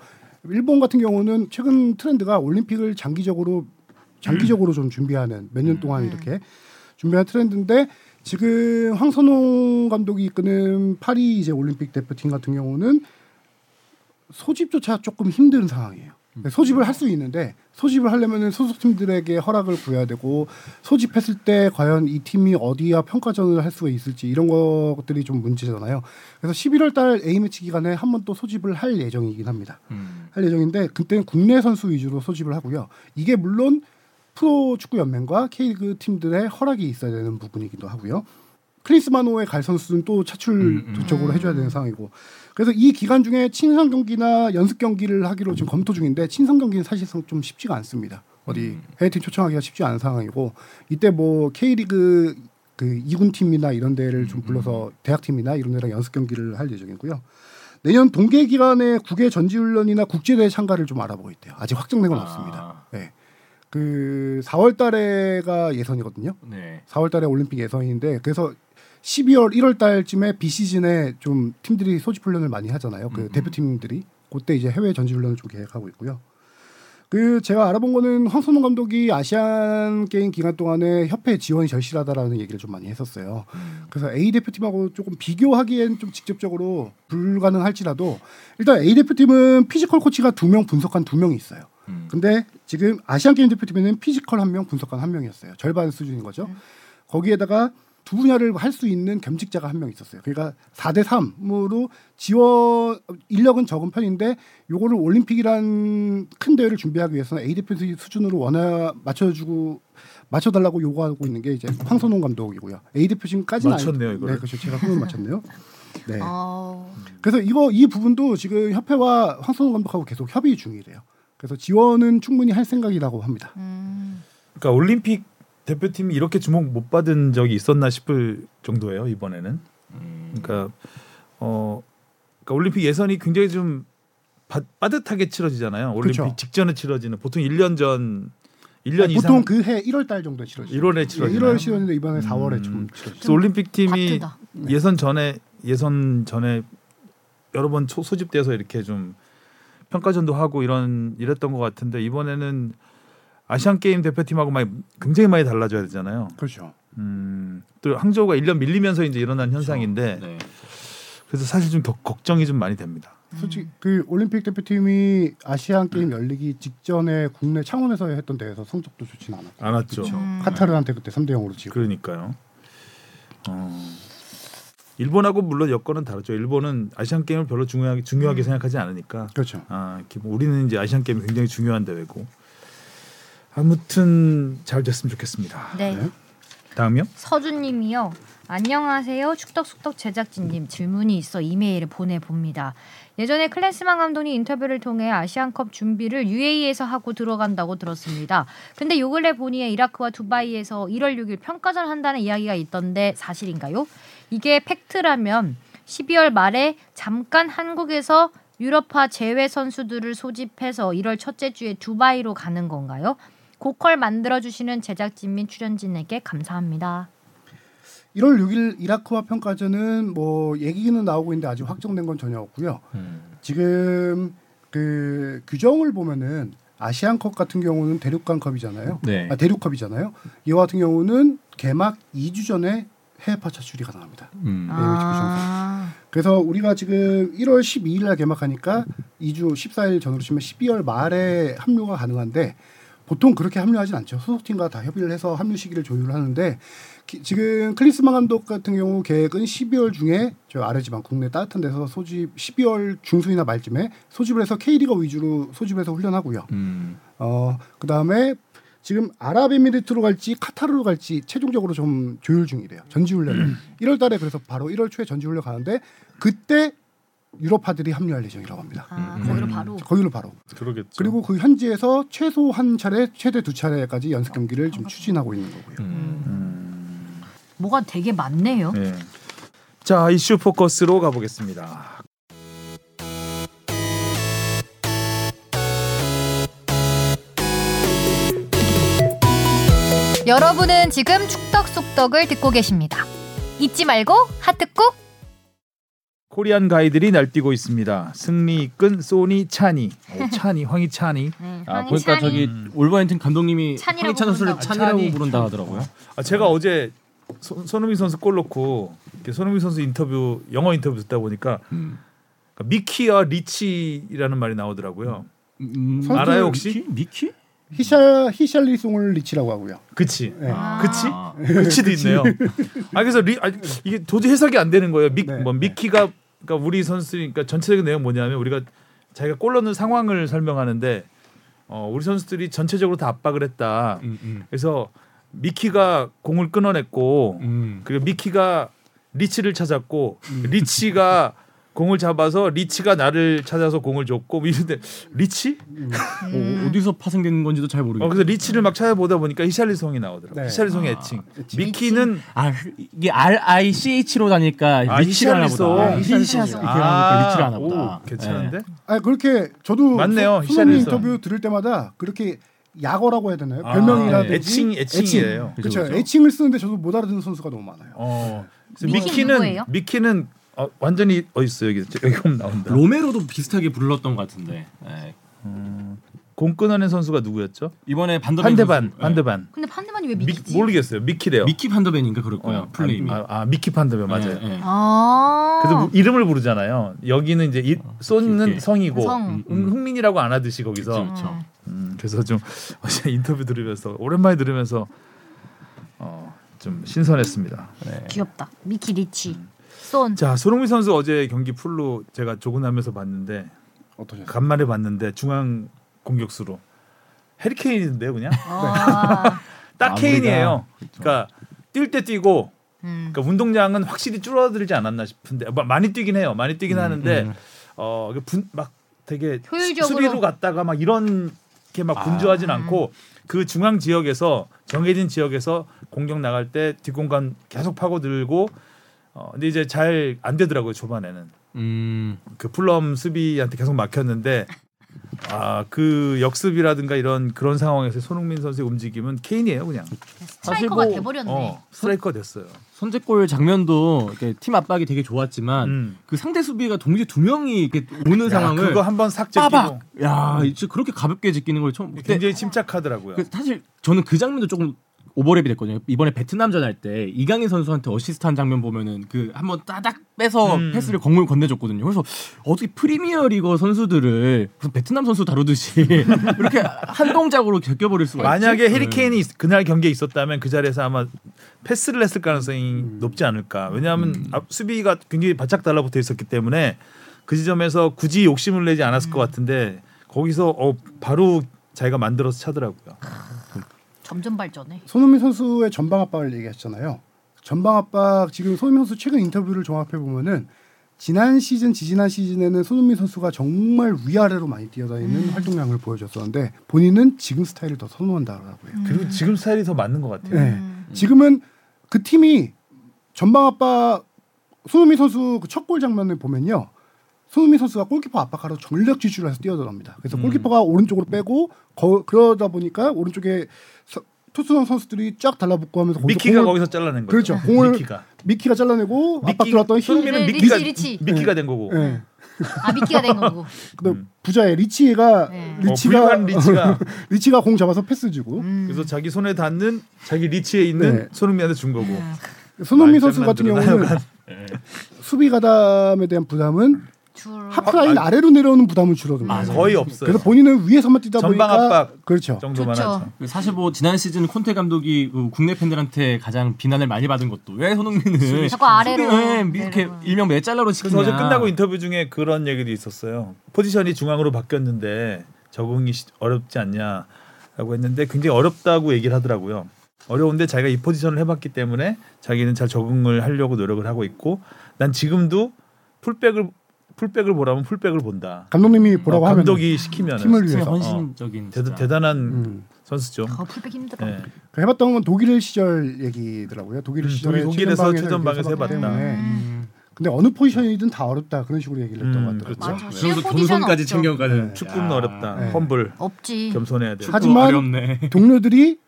D: 일본 같은 경우는 최근 트렌드가 올림픽을 장기적으로 장기적으로 좀 준비하는 몇 년 동안 이렇게 준비한 트렌드인데 지금 황선홍 감독이 이끄는 파리 이제 올림픽 대표팀 같은 경우는 소집조차 조금 힘든 상황이에요. 소집을 할 수 있는데 소집을 하려면 소속팀들에게 허락을 구해야 되고 소집했을 때 과연 이 팀이 어디야 평가전을 할 수가 있을지 이런 것들이 좀 문제잖아요. 그래서 11월 달 A매치 기간에 한 번 또 소집을 할 예정이긴 합니다. 할 예정인데 그때는 국내 선수 위주로 소집을 하고요. 이게 물론 프로 축구 연맹과 K리그 팀들의 허락이 있어야 되는 부분이기도 하고요. 크리스마노의 갈 선수는 또 차출 조적으로 해줘야 되는 상황이고 그래서 이 기간 중에 친선 경기나 연습 경기를 하기로 지금 검토 중인데 친선 경기는 사실상 좀 쉽지가 않습니다. 어디 해외팀 초청하기가 쉽지 않은 상황이고 이때 뭐 K리그 그 이군 팀이나 이런 데를 좀 불러서 대학 팀이나 이런 데랑 연습 경기를 할 예정이고요. 내년 동계 기간에 국외 전지훈련이나 국제대회 참가를 좀 알아보고 있대요. 아직 확정된 건
E: 아.
D: 없습니다. 네. 그 4월 달에가 예선이거든요.
E: 네.
D: 4월 달에 올림픽 예선인데 그래서 12월 1월 달쯤에 비시즌에 좀 팀들이 소집 훈련을 많이 하잖아요. 그 대표팀들이 그때 이제 해외 전지 훈련을 좀 계획하고 있고요. 그 제가 알아본 거는 황선홍 감독이 아시안 게임 기간 동안에 협회 지원이 절실하다라는 얘기를 좀 많이 했었어요. 그래서 A 대표팀하고 조금 비교하기엔 좀 직접적으로 불가능할지라도 일단 A 대표팀은 피지컬 코치가 두 명 분석한 두 명이 있어요.
B: 음.
D: 근데 지금 아시안 게임 대표팀에는 피지컬 한 명, 분석관 한 명이었어요. 절반 수준인 거죠. 거기에다가 두 분야를 할 수 있는 겸직자가 한 명 있었어요. 그러니까 4대 3으로 지원 인력은 적은 편인데 요거를 올림픽이란 큰 대회를 준비하기 위해서는 A 대표팀 수준으로 원하 맞춰주고 맞춰달라고 요구하고 있는 게 이제 황선홍 감독이고요. A 대표팀까지는
B: 맞췄네요,
D: 아니-
B: 이거를.
D: 네, 그렇죠. 제가 흥을 맞췄네요. 네.
A: 어,
D: 그래서 이거 이 부분도 지금 협회와 황선홍 감독하고 계속 협의 중이래요. 그래서 지원은 충분히 할 생각이라고 합니다.
A: 음.
B: 그러니까 올림픽 대표팀이 이렇게 주목 못 받은 적이 있었나 싶을 정도예요 이번에는. 그러니까 어 그러니까 올림픽 예선이 굉장히 좀 바, 빠듯하게 치러지잖아요. 올림픽
D: 그쵸.
B: 직전에 치러지는 보통 1년 전 1년
D: 아니,
B: 이상
D: 보통 그 해 1월 달 정도에 치러지죠.
B: 1월에
D: 예,
B: 치러지나요?
D: 1월 시즌인데 이번에
B: 음.
D: 4월에 좀 치러지죠.
B: 그래서 올림픽 팀이
A: 바쁘다.
B: 예선 전에 예선 전에 여러 번 초- 소집돼서 이렇게 좀 평가전도 하고 이런 이랬던 것 같은데 이번에는 아시안 게임 대표팀하고 많이 굉장히 많이 달라져야 되잖아요.
D: 그렇죠.
B: 음, 또 항저우가 1년 밀리면서 이제 일어난 현상인데
C: 네.
B: 그래서 사실 좀 더 걱정이 좀 많이 됩니다.
D: 솔직히 그 올림픽 대표팀이 아시안 게임 열리기 직전에 국내 창원에서 했던 대회에서 성적도 좋지는 않았고
B: 안 왔죠.
D: 카타르한테 그때 3대 0으로 지고
B: 음. 그러니까요. 어. 일본하고 물론 여건은 다르죠. 일본은 아시안 게임을 별로 중요하게 중요하게 생각하지 않으니까.
D: 그렇죠.
B: 아, 이렇게 뭐 우리는 이제 아시안 게임이 굉장히 중요한 대회고. 아무튼 잘 됐으면 좋겠습니다.
A: 네.
B: 다음이요?
A: 서준님이요. 안녕하세요. 축덕숙덕 제작진님 질문이 있어 이메일을 보내봅니다. 예전에 클래스만 감독이 인터뷰를 통해 아시안컵 준비를 UAE에서 하고 들어간다고 들었습니다. 근데 요 근래 보니에 이라크와 두바이에서 1월 6일 평가전 한다는 이야기가 있던데 사실인가요? 이게 팩트라면 12월 말에 잠깐 한국에서 유럽파 제외 선수들을 소집해서 1월 첫째 주에 두바이로 가는 건가요? 고컬 만들어주시는 제작진 및 출연진에게 감사합니다.
D: 1월 6일 이라크와 평가전은 뭐 얘기는 나오고 있는데 아직 확정된 건 전혀 없고요.
C: 음.
D: 지금 그 규정을 보면은 아시안컵 같은 경우는 대륙간컵이잖아요.
C: 네.
D: 아, 대륙컵이잖아요. 이와 같은 경우는 개막 2주 전에 해외파 차출이 가능합니다.
C: 음.
D: 아. 그래서 우리가 지금 1월 12일 날 개막하니까 2주 14일 전으로 치면 12월 말에 합류가 가능한데 보통 그렇게 합류하진 않죠. 소속팀과 다 협의를 해서 합류 시기를 조율하는데 기- 지금 클리스만 감독 같은 경우 계획은 12월 중에 저 아래 지방 국내 따뜻한 데서 소집 12월 중순이나 말쯤에 소집을 해서 K리가 위주로 소집해서 훈련하고요.
C: 음.
D: 어, 그다음에 지금 아랍에미리트로 갈지 카타르로 갈지 최종적으로 좀 조율 중이래요. 전지
B: 음.
D: 훈련을 1월 달에 그래서 바로 1월 초에 전지 훈련 가는데 그때 유럽파들이 합류할 예정이라고 합니다.
A: 아, 거기로 바로.
D: 음, 거기로 바로.
B: 그러겠죠.
D: 그리고 그 현지에서 최소 한 차례, 최대 두 차례까지 연습 경기를 좀 추진하고 있는 거고요.
C: 음.
A: 음.
B: 음.
A: 뭐가 되게 많네요.
B: 예. 자 이슈 포커스로 가보겠습니다.
A: 여러분은 지금 축덕 속덕을 듣고 계십니다. 잊지 말고 하트 꾹.
B: 코리안 가이들이 날뛰고 있습니다. 승리 이끈 소니 차니, 어, 차니 황희 차니.
A: 네,
C: 아 보니까 저기 올버햄튼 감독님이
A: 찬이라고
C: 황희찬 선수를
A: 부른다고.
C: 찬이라고
E: 찬이.
C: 부른다 하더라고요.
B: 아, 제가 어제 손, 손흥민 선수 골 넣고 이렇게 손흥민 선수 인터뷰 영어 인터뷰 듣다 보니까
C: 음.
B: 그러니까 미키와 리치라는 말이 나오더라고요.
C: 음,
D: 선수
B: 알아요 혹시?
C: 미키?
D: 히샬 히샬리 송을 리치라고 하고요.
B: 그치. 아,
D: 네.
B: 그치? 그치도 있네요. 아 그래서 리, 아, 이게 도저히 해석이 안 되는 거예요. 미,
D: 네,
B: 뭐 미키가 그러니까 우리 선수니까 전체적인 내용 뭐냐면 우리가 자기가 골 넣는 상황을 설명하는데 어, 우리 선수들이 전체적으로 다 압박을 했다.
C: 음, 음.
B: 그래서 미키가 공을 끊어냈고
C: 음.
B: 그리고 미키가 리치를 찾았고 리치가 공을 잡아서 리치가 나를 찾아서 공을 줬고 뭐 이런데 리치?
C: 어, 어디서 파생된 건지도 잘
B: 어,
C: 모르겠어요.
B: 그래서 리치를 막 찾아보다 보니까 히샬리송이 나오더라고. 요
D: 네.
A: 아,
B: 히샬리송의 애칭. 미키는
C: 아, 이게 R I C H로 다니까
B: 아,
C: 리치를 하나
B: 히샬리송.
C: 보다.
D: 히샬리송.
C: 이렇게
E: 아,
C: 하니까 리치를 하나 보다.
B: 아,
C: 네.
B: 오, 괜찮은데?
D: 아 그렇게 저도
B: 맞네요,
D: 소- 손흥민
B: 히샬리 송.
D: 인터뷰 들을 때마다 그렇게 약어라고 해야 되나요?
B: 아,
D: 별명이라든지
B: 네. 애칭, 애칭이에요.
D: 그렇
C: 그죠, 그죠.
D: 애칭을 쓰는데 저도 못 알아듣는 선수가 너무 많아요.
B: 어. 그래서
A: 미키
B: 미키는
A: 누구예요?
B: 미키는 어, 완전히 어디 있어 여기 여기 보면 나온다.
C: 로메로도 비슷하게 불렀던 것 같은데. 네.
B: 공 끊어낸 선수가 누구였죠?
E: 네. 이번에 반더벤
B: 판데반,
E: 선수. 네.
B: 판데반.
A: 근데 판데만이 왜
B: 미-
A: 그 미키지?
B: 모르겠어요. 미키래요.
E: 미키 반더벤인가 그럴 거야
B: 어,
E: 플레이.
B: 아, 아, 미키 판데반
C: 네,
B: 맞아요.
E: 예, 예.
A: 아.
B: 그래서 뭐 이름을 부르잖아요. 여기는 이제 이, 쏘는
E: 오케이.
B: 어, 성이고
A: 성.
B: 음, 흥민이라고 안 하듯이 거기서
E: 그치. 그렇죠.
B: 음, 그래서 좀 어제 인터뷰 들으면서 오랜만에 들으면서 어, 좀 신선했습니다.
A: 음, 귀엽다. 미키 리치. 쏜.
B: 자 손흥민 선수 어제 경기 풀로 제가 조근하면서 봤는데
D: 어떠셨어요?
B: 간만에 봤는데 중앙 공격수로 해리케인인데요 그냥
A: 아.
B: 딱
C: 마무리가-
B: 케인이에요. 그러니까 뛸 때 뛰고
A: 음.
B: 그러니까 운동량은 확실히 줄어들지 않았나 싶은데 마- 많이 뛰긴 해요. 많이 뛰긴 하는데 어, 그 분- 막 되게
A: 효율적으로. 아.
B: 수비로 갔다가 막 이런 게막 분주하진 않고 그 중앙 지역에서 정해진 지역에서 공격 나갈 때 뒷공간 계속 파고들고 어, 근데 이제 잘 안 되더라고요 초반에는
E: 음.
B: 그 플럼 수비한테 계속 막혔는데 아 그 역습이라든가 이런 그런 상황에서 손흥민 선수의 움직임은 케인이에요 그냥
A: 스트라이커가
C: 뭐,
A: 돼버렸네.
B: 어, 스트라이커 됐어요.
C: 선제골 장면도 이렇게 팀 압박이 되게 좋았지만
B: 음.
C: 그 상대 수비가 동시에 두 명이 이렇게 오는
B: 야,
C: 상황을
B: 그거 한번 싹
C: 빠박. 네.
B: 제끼고
C: 야, 진짜 그렇게 가볍게 제끼는 걸 처음. 그때
B: 굉장히 침착하더라고요.
C: 그 사실 저는 그 장면도 조금 오버랩이 됐거든요. 이번에 베트남전 할 때 이강인 선수한테 어시스트한 장면 보면은 그 한번 따닥 빼서
B: 음.
C: 패스를 공을 건네줬거든요. 그래서 어떻게 프리미어리거 선수들을 무슨 베트남 선수 다루듯이 이렇게 한 동작으로 제껴버릴 수가
B: 만약에
C: 있지?
B: 해리케인이 있- 그날 경기에 있었다면 그 자리에서 아마 패스를 했을 가능성이 높지 않을까. 왜냐하면 앞- 수비가 굉장히 바짝 달라붙어 있었기 때문에 그 지점에서 굳이 욕심을 내지 않았을 것 같은데 거기서 어, 바로 자기가 만들어서 차더라고요.
A: 점점 발전해.
D: 손흥민 선수의 전방 압박을 얘기하셨잖아요. 전방 압박 지금 손흥민 선수 최근 인터뷰를 종합해 보면은 지난 시즌, 지지난 시즌에는 손흥민 선수가 정말 위아래로 많이 뛰어다니는 활동량을 보여줬었는데 본인은 지금 스타일을 더 선호한다라고 해요.
B: 그리고 지금 스타일이 더 맞는 것 같아요.
D: 네.
A: 음.
D: 지금은 그 팀이 전방 압박 손흥민 선수 그 첫 골 장면을 보면요. 손흥민 선수가 골키퍼 압박하러 전력 질주를 해서 뛰어들어갑니다. 그래서
B: 음.
D: 골키퍼가 오른쪽으로 빼고 거- 그러다 보니까 오른쪽에 서- 토트넘 선수들이 쫙 달라붙고 하면서 거기서
B: 미키가
D: 공을-
B: 거기서 잘라낸 거죠.
D: 그렇죠. 공을
B: 미키가.
D: 미키가 잘라내고 압박 들어왔던 힘
A: 네,
B: 손흥민은 미키가
A: 리치, 리치.
B: 미키가 된 거고. 어,
D: 예.
A: 아 미키가 된 거고.
D: 근데 부자의 리치가
A: 네.
B: 어,
D: 리치가
B: 음.
D: 네.
B: 훌륭한 리치가
D: 리치가 공 잡아서 패스 주고
A: 음.
B: 그래서 자기 손에 닿는 자기 리치에 있는
D: 네.
B: 손흥민한테 준 거고. 말장난
D: 손흥민 선수 같은
B: 들으나?
D: 경우는
B: 네.
D: 수비 가담에 대한 부담은
A: 줄.
D: 하프라인
B: 아,
D: 아래로 내려오는 부담은 줄어듭니다.
B: 거의 없어요.
D: 그래서 본인은 위에서만 뛰다
B: 전방
D: 보니까
B: 압박.
D: 그렇죠.
B: 정도만
A: 좋죠.
B: 하죠.
C: 사실 뭐 지난 시즌 콘테 감독이 그 국내 팬들한테 가장 비난을 많이 받은 것도 왜 손흥민은
A: 자꾸 아래로
C: 수비는 이렇게
A: 내려가는.
C: 일명 메잘라로 시키냐.
B: 그래서 어제 끝나고 인터뷰 중에 그런 얘기도 있었어요. 포지션이 중앙으로 바뀌었는데 적응이 시- 어렵지 않냐라고 했는데 굉장히 어렵다고 얘기를 하더라고요. 어려운데 자기가 이 포지션을 해봤기 때문에 자기는 잘 적응을 하려고 노력을 하고 있고 난 지금도 풀백을 풀백을 보라면 풀백을 본다.
D: 감독님이 보라고
B: 어,
D: 하면
B: 감독이 시키면
D: 팀을
C: 그냥
D: 위해서
C: 헌신적인 진짜.
B: 어, 대단한
D: 음.
B: 선수죠.
A: 아, 풀백 힘들어.
B: 예.
D: 그 해봤던 건 독일 시절 얘기더라고요. 독일
B: 음, 독일-
D: 시절에
B: 독일에서
D: 최전방에서
B: 최전방에서
D: 이렇게
B: 해봤다.
D: 때문에.
A: 음.
D: 근데 어느 포지션이든 다 어렵다 그런 식으로 얘기를 했던
B: 음,
D: 것 같더라고요.
A: 맞아.
D: 네.
A: 쉬운 포지션 없죠.
C: 챙겨가는
B: 축구는
C: 야.
B: 어렵다.
D: 네.
B: 험블
A: 없지.
B: 겸손해야 돼.
D: 하- 하지만-
C: 어렵네.
D: 동료들이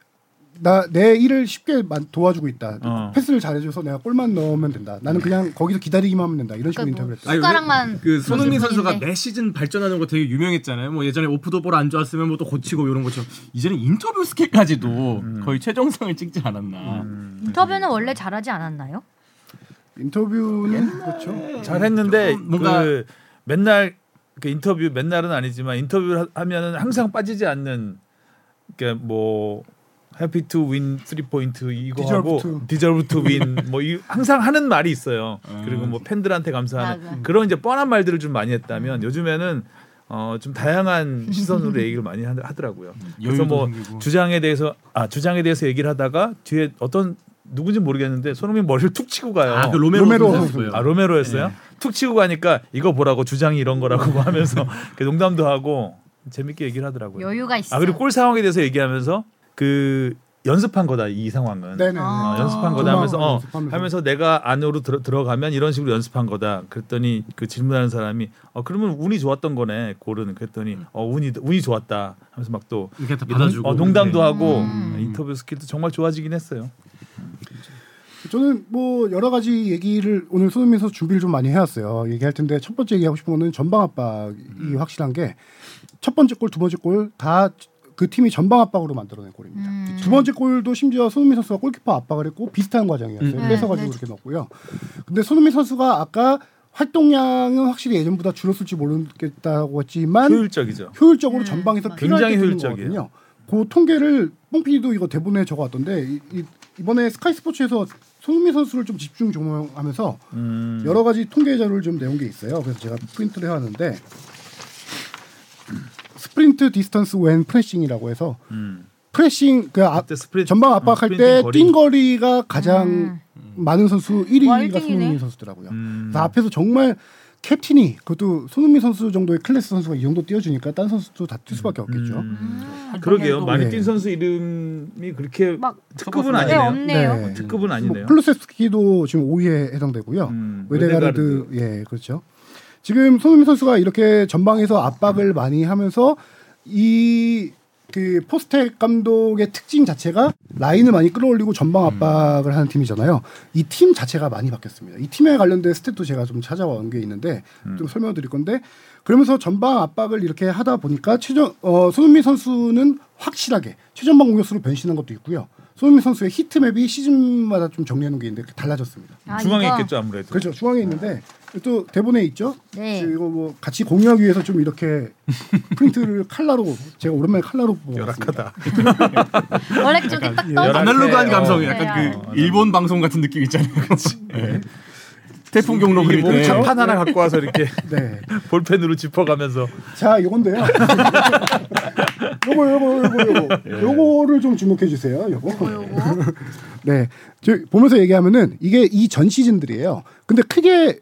D: 나 내 일을 쉽게 만- 도와주고 있다.
B: 어. 음.
D: 패스를 잘해줘서 내가 골만 넣으면 된다. 나는 그냥 거기서 기다리기만 하면 된다. 이런 식으로
A: 그러니까 뭐
D: 인터뷰를 했다.
C: 아니, 왜-
A: 숟가락만
C: 그 손흥민
A: 무슨
C: 선수가
A: 분인데.
C: 매 시즌 발전하는 거 되게 유명했잖아요. 뭐 예전에 오프더볼 안 좋았으면 뭐 또 고치고 이런 것처럼 이제는 인터뷰 스킬까지도 거의 최정상을 찍지 않았나.
A: 음. 인터뷰는 원래 잘하지 않았나요?
D: 인터뷰는 그렇죠.
B: 잘했는데
C: 조금 뭔가-
B: 그 맨날 그 인터뷰 맨날은 아니지만 인터뷰를 하- 하면은 항상 빠지지 않는 그러니까 뭐 happy to win 3 포인트 이거
D: Deserve
B: 하고
D: to.
B: deserve to win 뭐 이, 항상 하는 말이 있어요.
C: 음.
B: 그리고 뭐 팬들한테 감사하는
A: 맞아. 음.
B: 그런 이제 뻔한 말들을 좀 많이
C: 음.
B: 했다면 요즘에는 어 좀 다양한 시선으로 얘기를 많이 하- 하더라고요. 그래서
C: 음. 여유도
B: 뭐
C: 생기고.
B: 주장에 대해서 아 주장에 대해서 얘기를 하다가 뒤에 어떤 누군지 모르겠는데 손흥민 머리를 툭 치고 가요.
C: 아 그 로메로,
D: 로메로
C: 선수였어요.
B: 아 로메로였어요? 툭 치고 가니까 이거 보라고 주장이 이런 거라고 뭐 하면서 그 농담도 하고 재밌게 얘기를 하더라고요.
A: 여유가 있어.
B: 아 그리고 골 상황에 대해서 얘기하면서 그 연습한 거다 이 상황은.
D: 네네.
A: 아.
B: 어, 연습한 거다
D: 조망
B: 하면서 어,
D: 연습하면서.
B: 하면서 내가 안으로 들어, 가면 이런 식으로 연습한 거다. 그랬더니 그 질문하는 사람이 어 그러면 운이 좋았던 거네 골은 그랬더니 어 운이 운이 좋았다 하면서 막 또 어,
C: 이렇게 다 받아주고
B: 농담도
C: 네.
B: 하고
A: 음.
B: 인터뷰 스킬도 정말 좋아지긴 했어요.
D: 저는 뭐 여러 가지 얘기를 오늘 손흥민 선수 준비를 좀 많이 해왔어요. 얘기할 텐데 첫 번째 얘기하고 싶은 거는 전방 압박이 확실한 게 첫 번째 골, 두 번째 골 다 그 팀이 전방 압박으로 만들어낸 골입니다.
A: 음.
D: 두 번째 골도 심지어 손흥민 선수가 골키퍼 압박을 했고 비슷한 과정이었어요.
C: 음.
D: 그래서
A: 네,
D: 가지고 이렇게 넣었고요. 근데 손흥민 선수가 아까 활동량은 확실히 예전보다 줄었을지 모르겠다고 했지만
B: 효율적이죠.
D: 효율적으로
A: 음,
D: 전방에서
A: 맞아요.
D: 필요할 때
B: 굉장히
D: 드는
B: 효율적이에요.
D: 거거든요. 그 통계를 뽕피디도 이거 대본에 적어왔던데 이, 번에 스카이 스포츠에서 손흥민 선수를 좀 집중 조명하면서
B: 음.
D: 여러 가지 통계 자료를 좀 내온 게 있어요. 그래서 제가 프린트를 해왔는데 스프린트 디스턴스 웬 프레싱이라고 해서
B: 음.
D: 프레싱 그 아,
B: 그때 스프린
D: 전방 압박할
B: 아, 스프린팅
D: 때
B: 거리. 음.
D: 뛴 거리가 가장 많은 선수 1위가
A: 음. 월등이네.
D: 손흥민 선수더라고요.
B: 음.
D: 그래서 앞에서 정말 캡틴이 그것도 손흥민 선수 정도의 클래스 선수가 이 정도 뛰어주니까 딴 선수도 다 뛸
B: 음.
D: 수밖에 없겠죠.
A: 음. 아,
B: 그러게요. 많이
D: 네.
B: 뛴 선수 이름이 그렇게
A: 막
B: 특급은
E: 쳐봤어요.
A: 네,
B: 아니네요.
A: 없네요.
D: 네.
B: 뭐 특급은 아니네요.
D: 플루세스키도 지금 5위에 해당되고요.
B: 음,
D: 외데가르드 예 그렇죠. 지금 손흥민 선수가 이렇게 전방에서 압박을 많이 하면서 이그 포스텍 감독의 특징 자체가 라인을 많이 끌어올리고 전방 압박을 하는 팀이잖아요. 이 팀 자체가 많이 바뀌었습니다. 이 팀에 관련된 스탯도 제가 좀 찾아온 게 있는데 좀 설명을 드릴 건데 그러면서 전방 압박을 이렇게 하다 보니까 최전 어, 손흥민 선수는 확실하게 최전방 공격수로 변신한 것도 있고요. 손흥민 선수의 히트맵이 시즌마다 좀 정리하는 게 있는데 달라졌습니다.
A: 아,
B: 중앙에
A: 이거?
B: 있겠죠 아무래도.
D: 그렇죠. 중앙에 있는데 또 대본에 있죠.
A: 네.
D: 지금 이거 뭐 같이 공유하기 위해서 좀 이렇게 프린트를 칼라로 제가 오랜만에 칼라로 뽑았습니다.
B: 열악하다.
A: 원래 저기 딱
B: 열한-
A: 떠.
E: 아날로그한
B: 어.
E: 감성이
A: 네,
E: 약간
B: 어.
E: 그 일본 방송 같은 느낌 있잖아요. 예. 태풍 경로 그릴
B: 몸
D: 그렇죠.
E: 때
B: 장판 하나 갖고 와서 이렇게
D: 네.
B: 볼펜으로 짚어가면서
D: 자, 요건데요. 요거 요거 요거 요거. 요거를 좀 주목해 예. 주세요. 요거.
A: 요거?
D: 네. 저 보면서 얘기하면은 이게 이 전 시즌들이에요. 근데 크게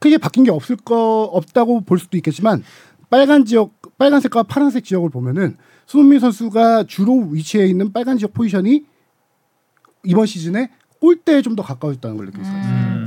D: 크게 바뀐 게 없을 거 없다고 볼 수도 있겠지만 빨간 지역 빨간색과 파란색 지역을 보면은 손흥민 선수가 주로 위치해 있는 빨간 지역 포지션이 이번 시즌에 골대에 좀 더 가까워졌다는 걸 느낄 수 있어요.
B: 음.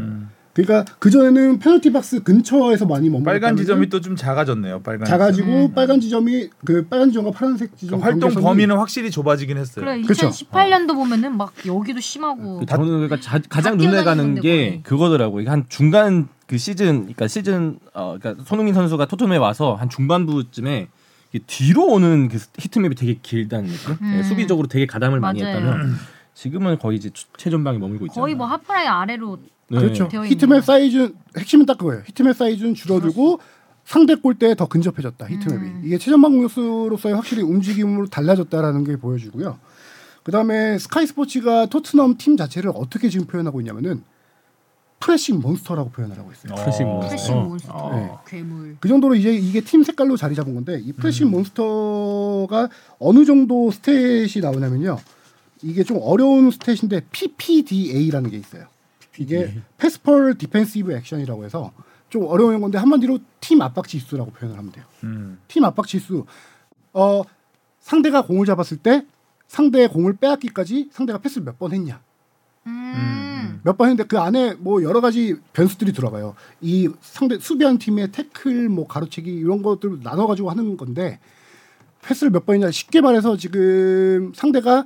D: 그러니까 그 전에는 페널티 박스 근처에서 많이 머물렀다면
B: 빨간 지점이 또 좀 작아졌네요. 빨간 지점.
D: 작아지고
A: 음.
D: 빨간 지점이 그 빨간 지점과 파란색 지점
B: 그러니까 활동
D: 경계선이
B: 범위는 확실히 좁아지긴 음. 했어요.
A: 그래
D: 그쵸.
A: 2018년도 보면은 막 여기도 심하고
C: 그 저는 그러니까 자-
A: 다
C: 가장 눈에
A: 뛰어다니는
C: 가는
A: 건데
C: 게
A: 거의.
C: 그거더라고요. 이게 한 중간 그 시즌, 그러니까 시즌, 어, 그러니까 손흥민 선수가 토트넘에 와서 한 중반부쯤에 이게 뒤로 오는 그 히트맵이 되게 길다는 느낌.
A: 음.
C: 예, 수비적으로 되게 가담을 많이
A: 맞아요.
C: 했다면 지금은 거의 이제 최- 최전방에 머물고 있잖아요.
A: 거의 뭐 하프라인 아래로
C: 네.
D: 그렇죠.
A: 되어 있는
D: 히트맵
A: 거죠.
D: 사이즈 핵심은 딱 그거예요. 히트맵 사이즈는 줄어들고 상대 골대에 더 근접해졌다. 히트맵이
A: 음.
D: 이게 최전방 공격수로서의 확실히 움직임으로 달라졌다라는 게 보여지고요. 그다음에 스카이 스포츠가 토트넘 팀 자체를 어떻게 지금 표현하고 있냐면은 프레싱 몬스터라고 표현을 하고 있어요.
C: 프레싱 뭐.
A: 프레싱
C: 어.
A: 몬스터
D: 네.
A: 괴물
D: 그 정도로 이제 이게 팀 색깔로 자리 잡은 건데 이 프레싱 몬스터가 어느 정도 스탯이 나오냐면요. 이게 좀 어려운 스탯인데 PPDA라는 게 있어요. 이게 패스펄 디펜시브 액션이라고 해서 좀 어려운 건데 한마디로 팀 압박 지수라고 표현을 하면 돼요.
B: 음.
D: 팀 압박 지수. 어 상대가 공을 잡았을 때 상대의 공을 빼앗기까지 상대가 패스를 몇 번 했냐.
A: 음.
D: 몇 번 했는데 그 안에 뭐 여러 가지 변수들이 들어가요. 이 상대 수비한 팀의 태클 뭐 가로채기 이런 것들 나눠 가지고 하는 건데 패스를 몇 번이냐 쉽게 말해서 지금 상대가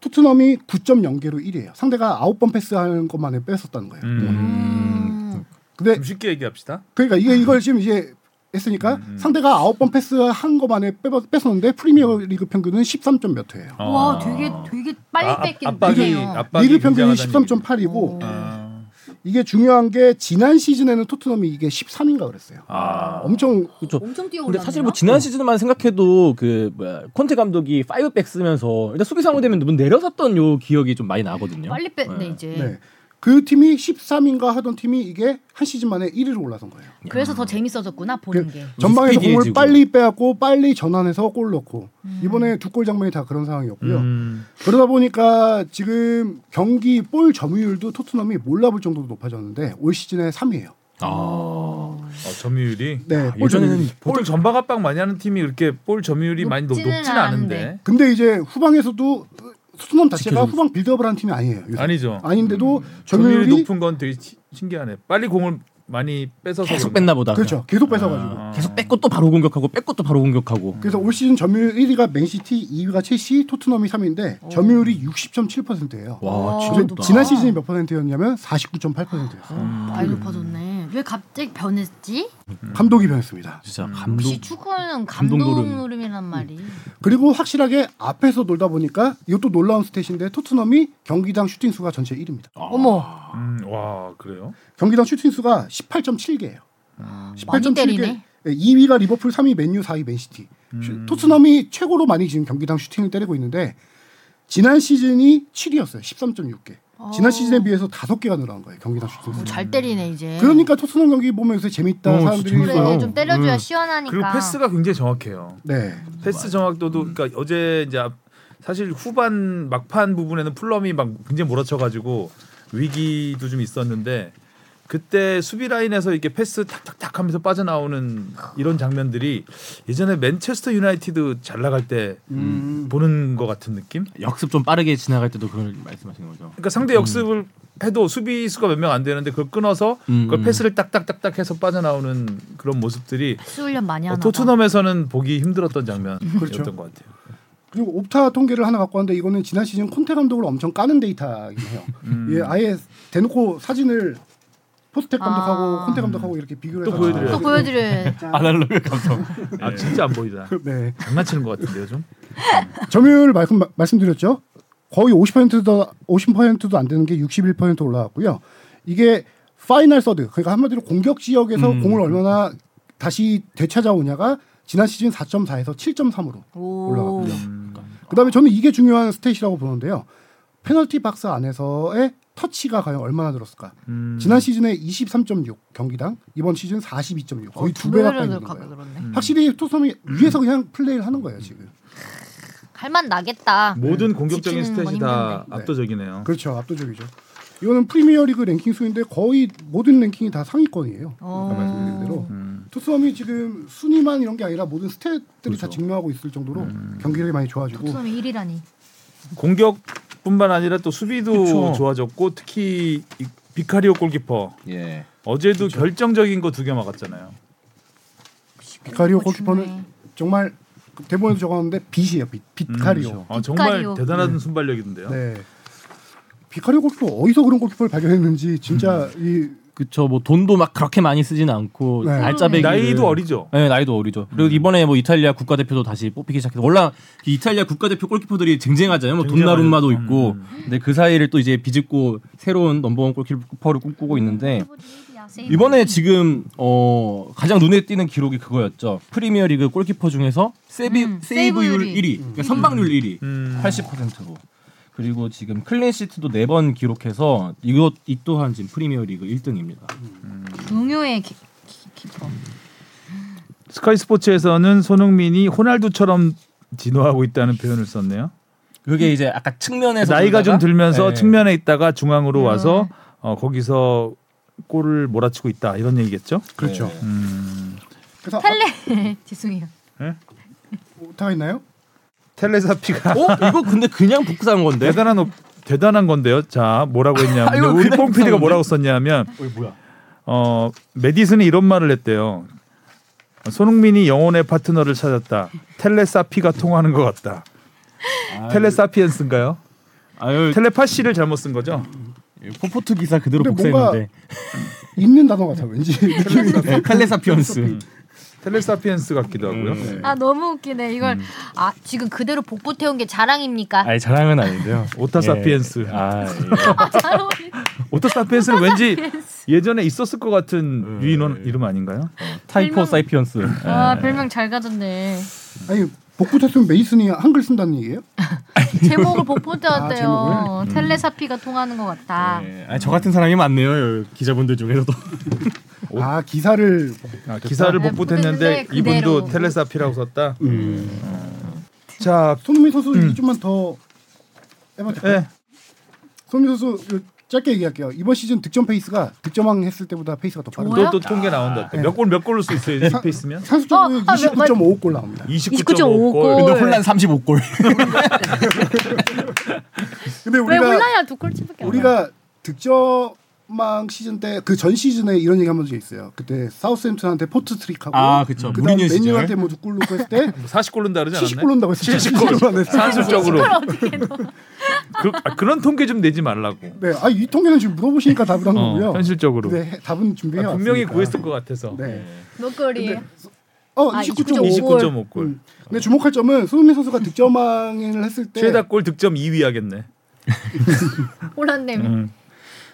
D: 토트넘이 9.0개로 1위예요. 상대가 9번 패스하는 것만에 뺏었다는 거예요.
B: 음.
A: 음.
D: 근데
B: 좀 쉽게 얘기합시다.
D: 그러니까 이게 이걸 지금 이제 했으니까
B: 음,
D: 상대가 9번 패스한 것만에 빼- 뺏었는데 프리미어 리그 평균은 13점 몇 회예요.
B: 어.
A: 와 되게 되게 빨리
B: 아, 압박이
A: 뺏겠네요.
B: 압박이
D: 리그 평균이
B: 굉장하다는 얘기죠.
D: 13.8이고
B: 아,
D: 이게 중요한 게 지난 시즌에는 토트넘이 이게 13인가 그랬어요.
B: 아.
D: 엄청
C: 그렇죠.
A: 엄청 뛰어
C: 근데
A: 올랐네요.
C: 사실 뭐 지난 시즌만 생각해도 그 뭐야 콘테 감독이 파이브백 쓰면서 일단 수비 상황 되면 눈 내려섰던 요 기억이 좀 많이 나거든요.
A: 빨리 뺐네 이제.
D: 네. 그 팀이 13인가 하던 팀이 이게 한 시즌 만에 1위로 올라선 거예요.
A: 그래서 더 재밌어졌구나 보는 게.
D: 전방에서 공을
C: 스피디해지고.
D: 빨리 빼앗고 빨리 전환해서 골 넣고 이번에 두 골 장면이 다 그런 상황이었고요.
B: 음.
D: 그러다 보니까 지금 경기 볼 점유율도 토트넘이 몰라볼 정도로 높아졌는데 올 시즌에 3위예요.
C: 아,
B: 어, 점유율이
D: 네, 볼
C: 예전에는
D: 점유율.
B: 볼 전방 압박 많이 하는 팀이 이렇게 볼 점유율이 많이 높,
A: 높지는
B: 높진 않은데
A: 않은데.
D: 근데 이제 후방에서도 토트넘 자체가
C: 지켜주고
D: 후방 빌드업을 하는 팀이 아니에요. 요새.
B: 아니죠.
D: 아닌데도
B: 점유율이,
D: 점유율이
B: 높은 건 되게 시- 신기하네. 빨리 공을 많이 뺏어서
C: 계속
B: 그런가?
C: 뺐나 보다.
D: 그렇죠. 계속 뺏어가지고.
B: 아.
C: 계속 뺏고 또 바로 공격하고 뺏고 또 바로 공격하고.
D: 그래서 올 시즌 점유율 1위가 맨시티, 2위가 첼시, 토트넘이 3위인데 점유율이 60.7%예요.
C: 와,
A: 와,
C: 진짜 높다.
A: 높다.
B: 음.
D: 지난 시즌이 몇 퍼센트였냐면 49.8%였어요.
A: 많이 높아졌네. 음, 왜 갑자기 변했지?
C: 음.
D: 감독이 변했습니다.
C: 진짜
A: 혹시
C: 감독
A: 축구는
C: 감동
A: 감동
C: 노름.
A: 노름이란 말이.
D: 그리고 확실하게 앞에서 놀다 보니까 이것도 놀라운 스탯인데 토트넘이 경기당 슈팅 수가 전체 1위입니다.
C: 아.
A: 어머,
B: 음, 와 그래요?
D: 경기당 슈팅 수가 18.7개예요.
A: 많이 때리네.
D: 예, 2위가 리버풀, 3위 맨유, 4위 맨시티. 슈- 토트넘이 최고로 많이 지금 경기당 슈팅을 때리고 있는데 지난 시즌이 7위였어요. 13.6개. 지난 시즌에 비해서 5개가 늘어난 거예요. 경기당 슈팅 수.
A: 어, 잘 때리네 이제.
D: 음. 그러니까 토트넘 경기 보면 요새 재밌다
C: 어,
D: 사람들이
C: 진짜 재밌어요.
A: 그래 좀 때려줘야
C: 음.
A: 시원하니까.
B: 그리고 패스가 굉장히 정확해요.
D: 네.
B: 패스 정확도도 그러니까 어제 이제 앞- 사실 후반 막판 부분에는 플럼이 막 굉장히 몰아쳐가지고 위기도 좀 있었는데 그때 수비 라인에서 이렇게 패스 탁탁탁 하면서 빠져나오는 이런 장면들이 예전에 맨체스터 유나이티드 잘 나갈 때
D: 음.
B: 보는 것 같은 느낌?
C: 역습 좀 빠르게 지나갈 때도 그걸 말씀하시는 거죠.
B: 그러니까 상대 역습을 해도 수비수가 몇 명 안 되는데 그걸 끊어서
C: 음,
B: 그걸
C: 음.
B: 패스를 딱딱딱딱 해서 빠져나오는 그런 모습들이
A: 패스 훈련 많이
B: 어,
A: 하나. 봐.
B: 토트넘에서는 보기 힘들었던 장면이었던
D: 그렇죠.
B: 것 같아요.
D: 그리고 옵타 통계를 하나 갖고 왔는데 이거는 지난 시즌 콘테 감독을 엄청 까는 데이터이긴 해요.
B: 음.
D: 예, 아예 대놓고 사진을 포스텍 감독하고
A: 아.
D: 콘테 감독하고 이렇게 비교를
B: 또
D: 해서
B: 보여드려요.
A: 또 보여드려.
C: 네.
E: 아날로그 감성.
B: 아 진짜 안 보이다.
D: 네.
B: 장난치는 것 같은데요 좀.
D: 점유율 말씀 말씀드렸죠. 거의 50%도 50%도 안 되는 게 61% 올라갔고요. 이게 파이널 서드 그러니까 한마디로 공격 지역에서
C: 음.
D: 공을 얼마나 다시 되찾아오냐가 지난 시즌 4.4에서 7.3으로
A: 오.
D: 올라갔고요. 그다음에 저는 이게 중요한 스탯이라고 보는데요. 페널티 박스 안에서의 터치가 과연 얼마나 늘었을까?
B: 음.
D: 지난 시즌에 23.6 경기당 이번 시즌 42.6 거의 어, 두 배 가까이 음. 늘은 거예요.
A: 어, 그렇네.
D: 확실히 토섬이 위에서 그냥 플레이를 하는 거예요 지금.
A: 할만 나겠다.
B: 모든 공격적인
A: 지키는 건
B: 스탯이 다
A: 힘든데.
B: 압도적이네요.
D: 그렇죠 압도적이죠. 이거는 프리미어리그 랭킹 수인데 거의 모든 랭킹이 다 상위권이에요.
A: 어.
D: 아까 말씀드린 대로
B: 음.
D: 토트넘이 지금 순위만 이런 게 아니라 모든 스탯들이 다 증명하고 있을 정도로 경기력이 많이 좋아지고
A: 토트넘이 1위라니.
B: 공격뿐만 아니라 또 수비도
C: 그쵸.
B: 좋아졌고 특히 이 비카리오 골키퍼
E: 예.
B: 어제도 결정적인 거 두 개 막았잖아요.
D: 비카리오
A: 골키퍼
D: 골키퍼는
A: 중에.
D: 정말 그 대본에도 적었는데 빛이에요 빛 비카리오.
B: 아, 정말
A: 비카리오.
B: 대단한 순발력인데요.
D: 네. 비카리오 골키퍼 어디서 그런 골키퍼를 발견했는지 진짜 이
C: 그쵸 뭐 돈도 막 그렇게 많이 쓰진 않고
D: 네.
C: 알짜배기
B: 나이도 어리죠.
C: 네, 나이도 어리죠.
B: 음.
C: 그리고 이번에 뭐 이탈리아 국가대표도 다시 뽑히기 시작해서 원래 이 이탈리아 국가대표 골키퍼들이 쟁쟁하잖아요. 뭐
B: 쟁쟁하죠.
C: 돈나룸마도
B: 음,
C: 있고. 근데 그 사이를 또 이제 비집고 새로운 넘버원 골키퍼를 꿈꾸고 있는데 이번에 지금 어 가장 눈에 띄는 기록이 그거였죠. 프리미어리그 골키퍼 중에서 세비,
A: 음,
C: 세이브율
A: 세이브율이.
C: 1위, 그러니까 선방률 1위,
B: 음.
C: 80%로. 그리고 지금 클린시트도 4번 기록해서 이것 이 또한 지금 프리미어리그 1등입니다.
A: 중요해 키, 키, 키퍼.
B: 스카이 스포츠에서는 손흥민이 호날두처럼 진화하고 있다는 표현을 썼네요.
C: 그게 이제 아까 측면에서
B: 나이가 좀
C: 보다가-
B: 들면서
C: 네.
B: 측면에 있다가 중앙으로
A: 음.
B: 와서 어, 거기서 골을 몰아치고 있다 이런 얘기겠죠.
D: 그렇죠.
C: 네.
B: 음.
D: 그래서
A: 펠레 죄송해요.
D: 타 있나요?
B: 텔레사피가
C: 어? 이거 근데 그냥 복사한 건데.
B: 대단한 업- 대단한 건데요. 자 뭐라고 했냐면
C: 이거
B: 우리
C: 그냥
B: 뽕 PD가
C: 이상한데?
B: 뭐라고 썼냐면
C: 어이 뭐야?
B: 어 메디슨이 이런 말을 했대요. 손흥민이 영혼의 파트너를 찾았다. 텔레사피가 통하는 것 같다. 텔레사피엔스인가요?
C: 아유
B: 텔레파시를 잘못 쓴 거죠?
C: 포포트 기사 그대로
D: 근데 뭔가-
C: 복사했는데
D: 있는 단어 같아 왠지.
C: 네,
D: 음.
C: 칼레사피언스
B: 텔레사피엔스 같기도 하고요.
A: 아 너무 웃기네 이걸 아 지금 그대로 복부 태운 게 자랑입니까?
C: 아니 자랑은 아닌데요
B: 오타사피엔스.
C: 예. 아, 예.
B: 오타사피엔스는 왠지 예전에 있었을 것 같은 유인원 이름 아닌가요?
C: 타이포 사이피언스
D: 음.
A: 아 별명 잘 가졌네.
D: 아니 복부 탔으면 메이슨이 한글 쓴다는 얘기예요?
A: 제목을 복부 태웠대요.
D: 아,
A: 텔레사피가 통하는 것 같다.
C: 예. 아니, 저 같은 사람이 많네요 기자분들 중에서도
D: 아 기사를
B: 아, 기사를
A: 네,
B: 복붙했는데
A: 복붙했는데
B: 이분도
A: 그대로.
B: 텔레사피라고 썼다. 음. 자,
D: 손흥민 선수
B: 음.
D: 얘기 좀만 더 해봐. 요
B: 예.
D: 손흥민 선수 요- 짧게 얘기할게요. 이번 시즌 득점 페이스가 득점왕 했을 때보다 페이스가 더 빠른.
A: 좋아요?
B: 또또 통계 나온다. 예. 몇 골 몇 골로 수 있어요? 이렇게 있으면
D: 상수적으로
A: 어, 아, 몇-
D: 29.5골 나옵니다.
A: 29.5 골.
B: 29.5골.
A: 근데 혼란
C: 35골
A: 왜
D: 근데 우리가
A: 올라야 두 골치밖에 안 나?
D: 우리가 득점왕 시즌 때 그 전 시즌에 이런 얘기 한 번 있어요. 그때 사우스햄튼한테 포트 트릭하고
C: 아, 그쵸.
D: 그다음
C: 무리뉴 시절.
D: 맨유한테 뭐 두골로 했을 때
B: 40골 넣는다 그러지 않았나요?
D: 70골 넣는다고 했었죠.
B: 70골.
D: 안 했어요.
B: 산술적으로
A: 그걸 어떻게 넣어?
B: 그, 아, 그런 통계 좀 내지 말라고.
D: 네, 아 이 통계는 지금 물어보시니까 답을 한
B: 어,
D: 거고요.
B: 현실적으로.
D: 네, 해- 답은 준비해
B: 아,
D: 왔습니다.
B: 분명히 구했을 것 같아서.
D: 네.
A: 목걸이.
D: 어,
A: 아,
D: 29.5.
A: 29.5.
B: 29.5골.
D: 음. 근데 주목할 점은 손흥민 선수가 득점왕을 했을 때
B: 최다 골 득점 2위 하겠네.
A: 홀란데미.
B: 음.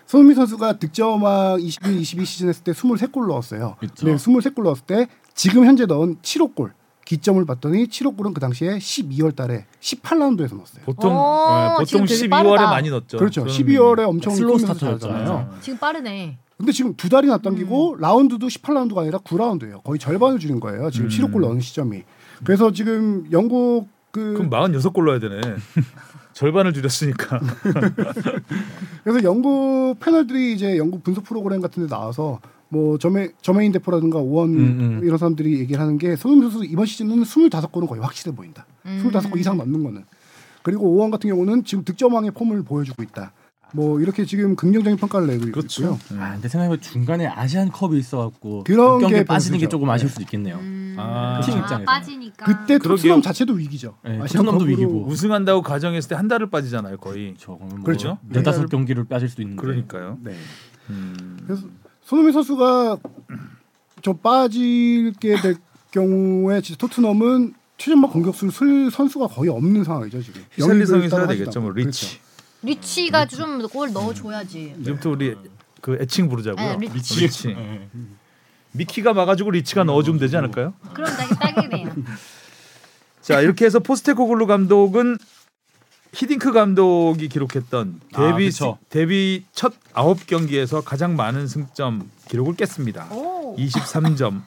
D: 손흥민 선수가 득점왕 21, 22 시즌 했을 때 23골 넣었어요.
E: 그쵸.
D: 네, 23골 넣었을 때 지금 현재 넣은 7호 골. 기점을 봤더니 7호 골은 그 당시에 12월 달에 18라운드에서 넣었어요.
B: 보통
A: 오,
B: 예, 보통
A: 지금 되게
B: 12월에
A: 빠르다.
B: 많이 넣었죠.
D: 그렇죠.
B: 저는
D: 12월에 엄청
C: 슬로우
D: 뛰면서
C: 스타트였잖아요.
D: 잘하잖아요.
A: 지금 빠르네.
D: 근데 지금 두 달이나 당기고 라운드도 18라운드가 아니라 9라운드예요. 거의 절반을 줄인 거예요. 지금
B: 음.
D: 7호 골 넣은 시점이. 그래서 지금 영국 그
B: 그럼 46골 넣어야 되네. 절반을 줄였으니까.
D: 그래서 영국 패널들이 이제 영국 분석 프로그램 같은 데 나와서 뭐 저메 저메인 대포라든가 오원
C: 음, 음.
D: 이런 사람들이 얘기를 하는 게 손흥민 선수 이번 시즌은 25골은 거의 확실해 보인다.
A: 음.
D: 25골 이상 넣는 거는. 그리고 오원 같은 경우는 지금 득점왕의 폼을 보여주고 있다. 뭐 이렇게 지금 긍정적인 평가를 내고
B: 그렇죠.
D: 있고요.
C: 아, 근데 생각해보면 중간에 아시안컵이 있어갖고
D: 그런
C: 경기
D: 게
C: 에 빠지는 게
D: 변수죠.
C: 조금 아쉬울 수도 있겠네요.
A: 음.
B: 아.
C: 팀
A: 아,
C: 입장에서는.
A: 빠지니까.
D: 그때
B: 그러게요.
D: 토트넘 자체도 위기죠.
C: 네,
D: 아시안컵으로
C: 토트넘도 위기고.
B: 우승한다고 가정했을 때 한 달을 빠지잖아요, 거의.
C: 그렇죠. 그러면 뭐
D: 그렇죠.
C: 네다섯 경기를 빠질 수도 있는데.
B: 그러니까요.
D: 네.
B: 음.
D: 그래서 손흥민 선수가 저 빠지게 될 경우에 진짜 토트넘은 최전방 공격수를 쓸 선수가 거의 없는 상황이죠 지금.
B: 희생리성이
D: 따라
B: 살아야
D: 하지도
B: 되겠죠, 뭐
D: 않고.
B: 리치.
A: 리치가 좀 골 넣어줘야지.
B: 지금부터 우리 그 애칭 부르자고요.
A: 네, 리치.
E: 미치. 예.
B: 미키가 막아주고 리치가 넣어주면 되지 않을까요?
A: 그럼 되게 딱이네요.
B: 자 이렇게 해서 포스테코글루 감독은 히딩크 감독이 기록했던
C: 아,
B: 데뷔
C: 그쵸.
B: 시- 데뷔 첫 아홉 경기에서 가장 많은 승점 기록을 깼습니다.
A: 오
B: 23점,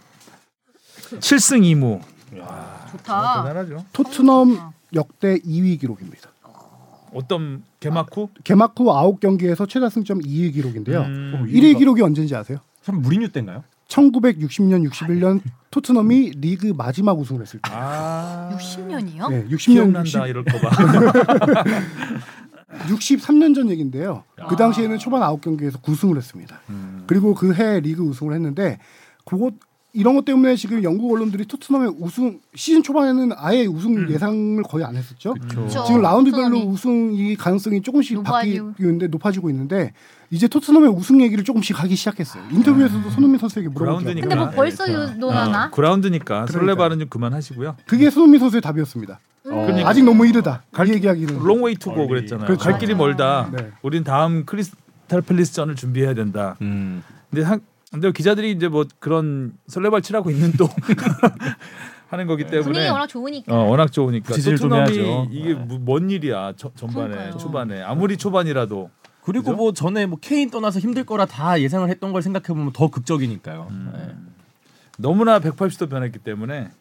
B: 7승 2무.
A: 좋다.
B: 대단하죠.
D: 토트넘 역대 2위 기록입니다.
B: 어떤 개막 후?
D: 개막 후 9경기에서 최다 승점 2위 기록인데요.
B: 음,
D: 1위 기록이 언제인지 아세요?
C: 참 어, 무리뉴 때인가요?
D: 1960년 61년
B: 예.
D: 토트넘이 리그 마지막 우승을 했을 때.
B: 아
A: 60년이요?
D: 네, 60년
B: 기억난다
D: 60,
B: 이럴까봐.
D: 63년 전 얘긴데요. 그
A: 아.
D: 당시에는 초반 9경기에서 9승을 했습니다.
B: 음.
D: 그리고 그 해 리그 우승을 했는데 그것 이런 것 때문에 지금 영국 언론들이 토트넘의 우승 시즌 초반에는 아예 우승
B: 음.
D: 예상을 거의 안 했었죠.
A: 그쵸.
D: 지금 라운드별로
A: 토트넘이.
D: 우승이 가능성이 조금씩
A: 높아지고.
D: 바뀌는데 높아지고 있는데 이제 토트넘의 우승 얘기를 조금씩 하기 시작했어요. 인터뷰에서도 손흥민 선수에게 물어보더라고요.
B: 음. 라운드니까.
A: 근데 뭐
B: 네, 아,
A: 벌써
C: 그렇구나.
A: 논하나?
B: 어, 그라운드니까 설레발은
D: 그러니까요.
B: 좀 그만하시고요.
D: 그게 손흥민 선수의 답이었습니다.
A: 음.
B: 그러니까.
D: 아직 너무 이르다. 이 얘기하기는
B: 롱웨이 투고
E: 멀리.
B: 그랬잖아요.
D: 그렇죠.
B: 갈 길이 멀다.
D: 네.
B: 우린 다음 크리스탈 팰리스전을 준비해야 된다.
C: 음.
B: 근데 한 근데 기자들이 이제 뭐 그런 설레발치라고 있는 또 하는 거기
A: 분위기
B: 때문에
A: 워낙 좋으니까.
B: 어, 워낙 좋으니까
C: 그 부지질 좀 해야죠.
B: 토트넘이 이게
C: 네.
B: 뭐- 뭔 일이야 저- 전반에
A: 그러니까요.
B: 초반에 아무리 초반이라도
C: 그리고 뭐 전에 뭐 케인 떠나서 힘들 거라 다 예상을 했던 걸 생각해 보면 더 극적이니까요.
B: 음.
C: 네.
B: 너무나 180도 변했기 때문에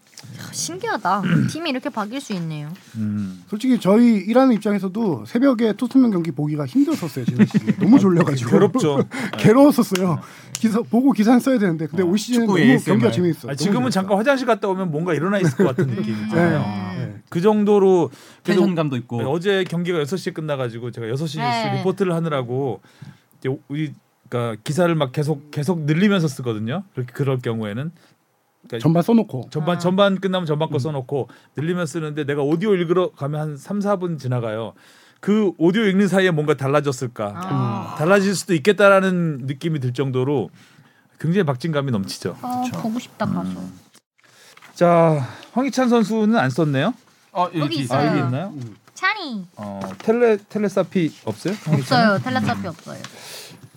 A: 아, 신기하다. 팀이 이렇게 바뀔 수 있네요.
B: 음,
D: 솔직히 저희 일하는 입장에서도 새벽에 토트넘 경기 보기가 힘들었었어요. 지난 시즌. 너무 졸려가지고
B: 괴롭죠.
D: 괴로웠었어요. 기사 보고 기사 써야 되는데
B: 어,
D: 근데 올 시즌
E: 축구
D: 너무
E: ASMR.
D: 경기가 재미있어.
B: 아, 지금은 잠깐 화장실 갔다 오면 뭔가 일어나 있을 것 같은 느낌이잖아요.
A: 음.
D: 네.
B: 그 정도로 계속
C: 텐션감도 있고.
B: 네, 어제 경기가 6시에 끝나가지고 제가 6시
A: 네.
B: 뉴스 리포트를 하느라고 이제 우리 그러니까 기사를 막 계속 계속 늘리면서 쓰거든요. 그렇게 그럴 경우에는
D: 전반 써놓고
B: 전반
A: 아.
B: 전반 끝나면 전반
D: 음.
B: 거 써놓고 늘리면 쓰는데 내가 오디오 읽으러 가면 한 3, 4분 지나가요. 그 오디오 읽는 사이에 뭔가 달라졌을까?
A: 아.
B: 달라질 수도 있겠다라는 느낌이 들 정도로 굉장히 박진감이 넘치죠.
A: 아, 보고 싶다 가서.
B: 자, 황희찬 선수는 안 썼네요.
E: 어,
A: 여기
E: 여기
A: 있어요.
B: 아,
A: 네.
B: 여기 있나요?
A: 찬이
B: 어, 텔레 텔레사피 없어요? 네, 황희찬은?
A: 없어요. 텔레사피 없어요.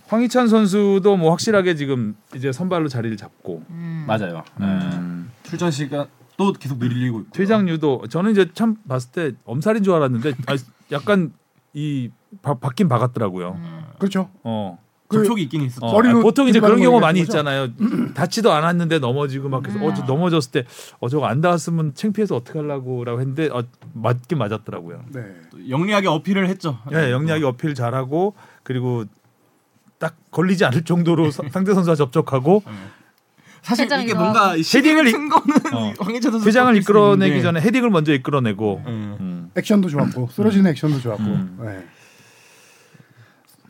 B: 황희찬 선수도 뭐 확실하게 지금 이제 선발로 자리를 잡고
A: 음.
C: 맞아요.
B: 음.
E: 출전 시간 또 계속 늘리고 있고.
B: 퇴장류도 저는 이제 참 봤을 때 엄살인 줄 알았는데 아, 약간 이 바, 바뀐 박았더라고요.
A: 음.
D: 그렇죠.
B: 어.
D: 그-
E: 접촉이 있긴 있었죠.
B: 어,
D: 머리로
B: 아, 보통 이제 그런
D: 찔리는
B: 경우
D: 거
B: 많이
D: 얘기하는
B: 있잖아요. 다치도 않았는데 넘어지고 막
A: 음.
B: 그래서 어, 저 넘어졌을 때 어, 저거 안 닿았으면 창피해서 어떡하려고라고 했는데 어, 맞긴 맞았더라고요.
D: 네.
E: 또 영리하게 어필을 했죠.
C: 음.
B: 예, 영리하게 어필 잘하고 그리고 딱 걸리지 않을 정도로 서- 상대 선수와 접촉하고
E: 사실
A: 퇴장
E: 이게
A: 이거
E: 뭔가
A: 하고.
E: 헤딩을 쓴 거는
B: 어.
E: 황희찬 선수
B: 회장을 이끌어내기 전에 헤딩을 먼저 이끌어내고
C: 네.
B: 음.
D: 액션도 좋았고 쓰러지는 액션도 좋았고
B: 음.
D: 네.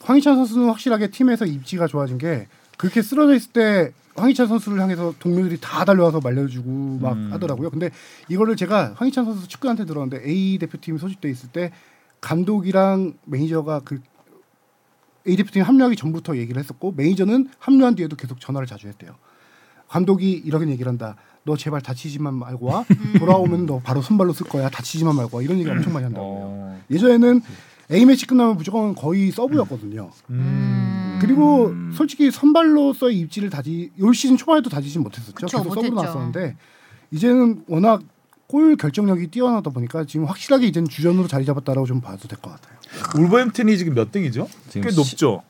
D: 황희찬 선수는 확실하게 팀에서 입지가 좋아진 게 그렇게 쓰러져 있을 때 황희찬 선수를 향해서 동료들이 다 달려와서 말려주고 막
B: 음.
D: 하더라고요. 근데 이거를 제가 황희찬 선수 측근한테 들었는데 A 대표팀 소집돼 있을 때 감독이랑 매니저가 그 ADF팀 합류하기 전부터 얘기를 했었고 매니저는 합류한 뒤에도 계속 전화를 자주 했대요. 감독이 이런 얘기를 한다. 너 제발 다치지만 말고 와. 돌아오면 너 바로 선발로 쓸 거야. 다치지만 말고 와. 이런 얘기 엄청 많이 한다고요.
B: 어.
D: 예전에는 A매치 끝나면 무조건 거의 서브였거든요.
A: 음.
D: 그리고 솔직히 선발로서의 입지를 다지 올 시즌 초반에도 다지진 못했었죠.
A: 그쵸,
D: 계속 서브로
A: 못했죠.
D: 나왔었는데 이제는 워낙 골 결정력이 뛰어나다 보니까 지금 확실하게 이제는 주전으로 자리 잡았다라고 좀 봐도 될 것 같아요.
B: 울버햄튼이 지금 몇 등이죠?
C: 지금
B: 꽤
C: 시-
B: 높죠.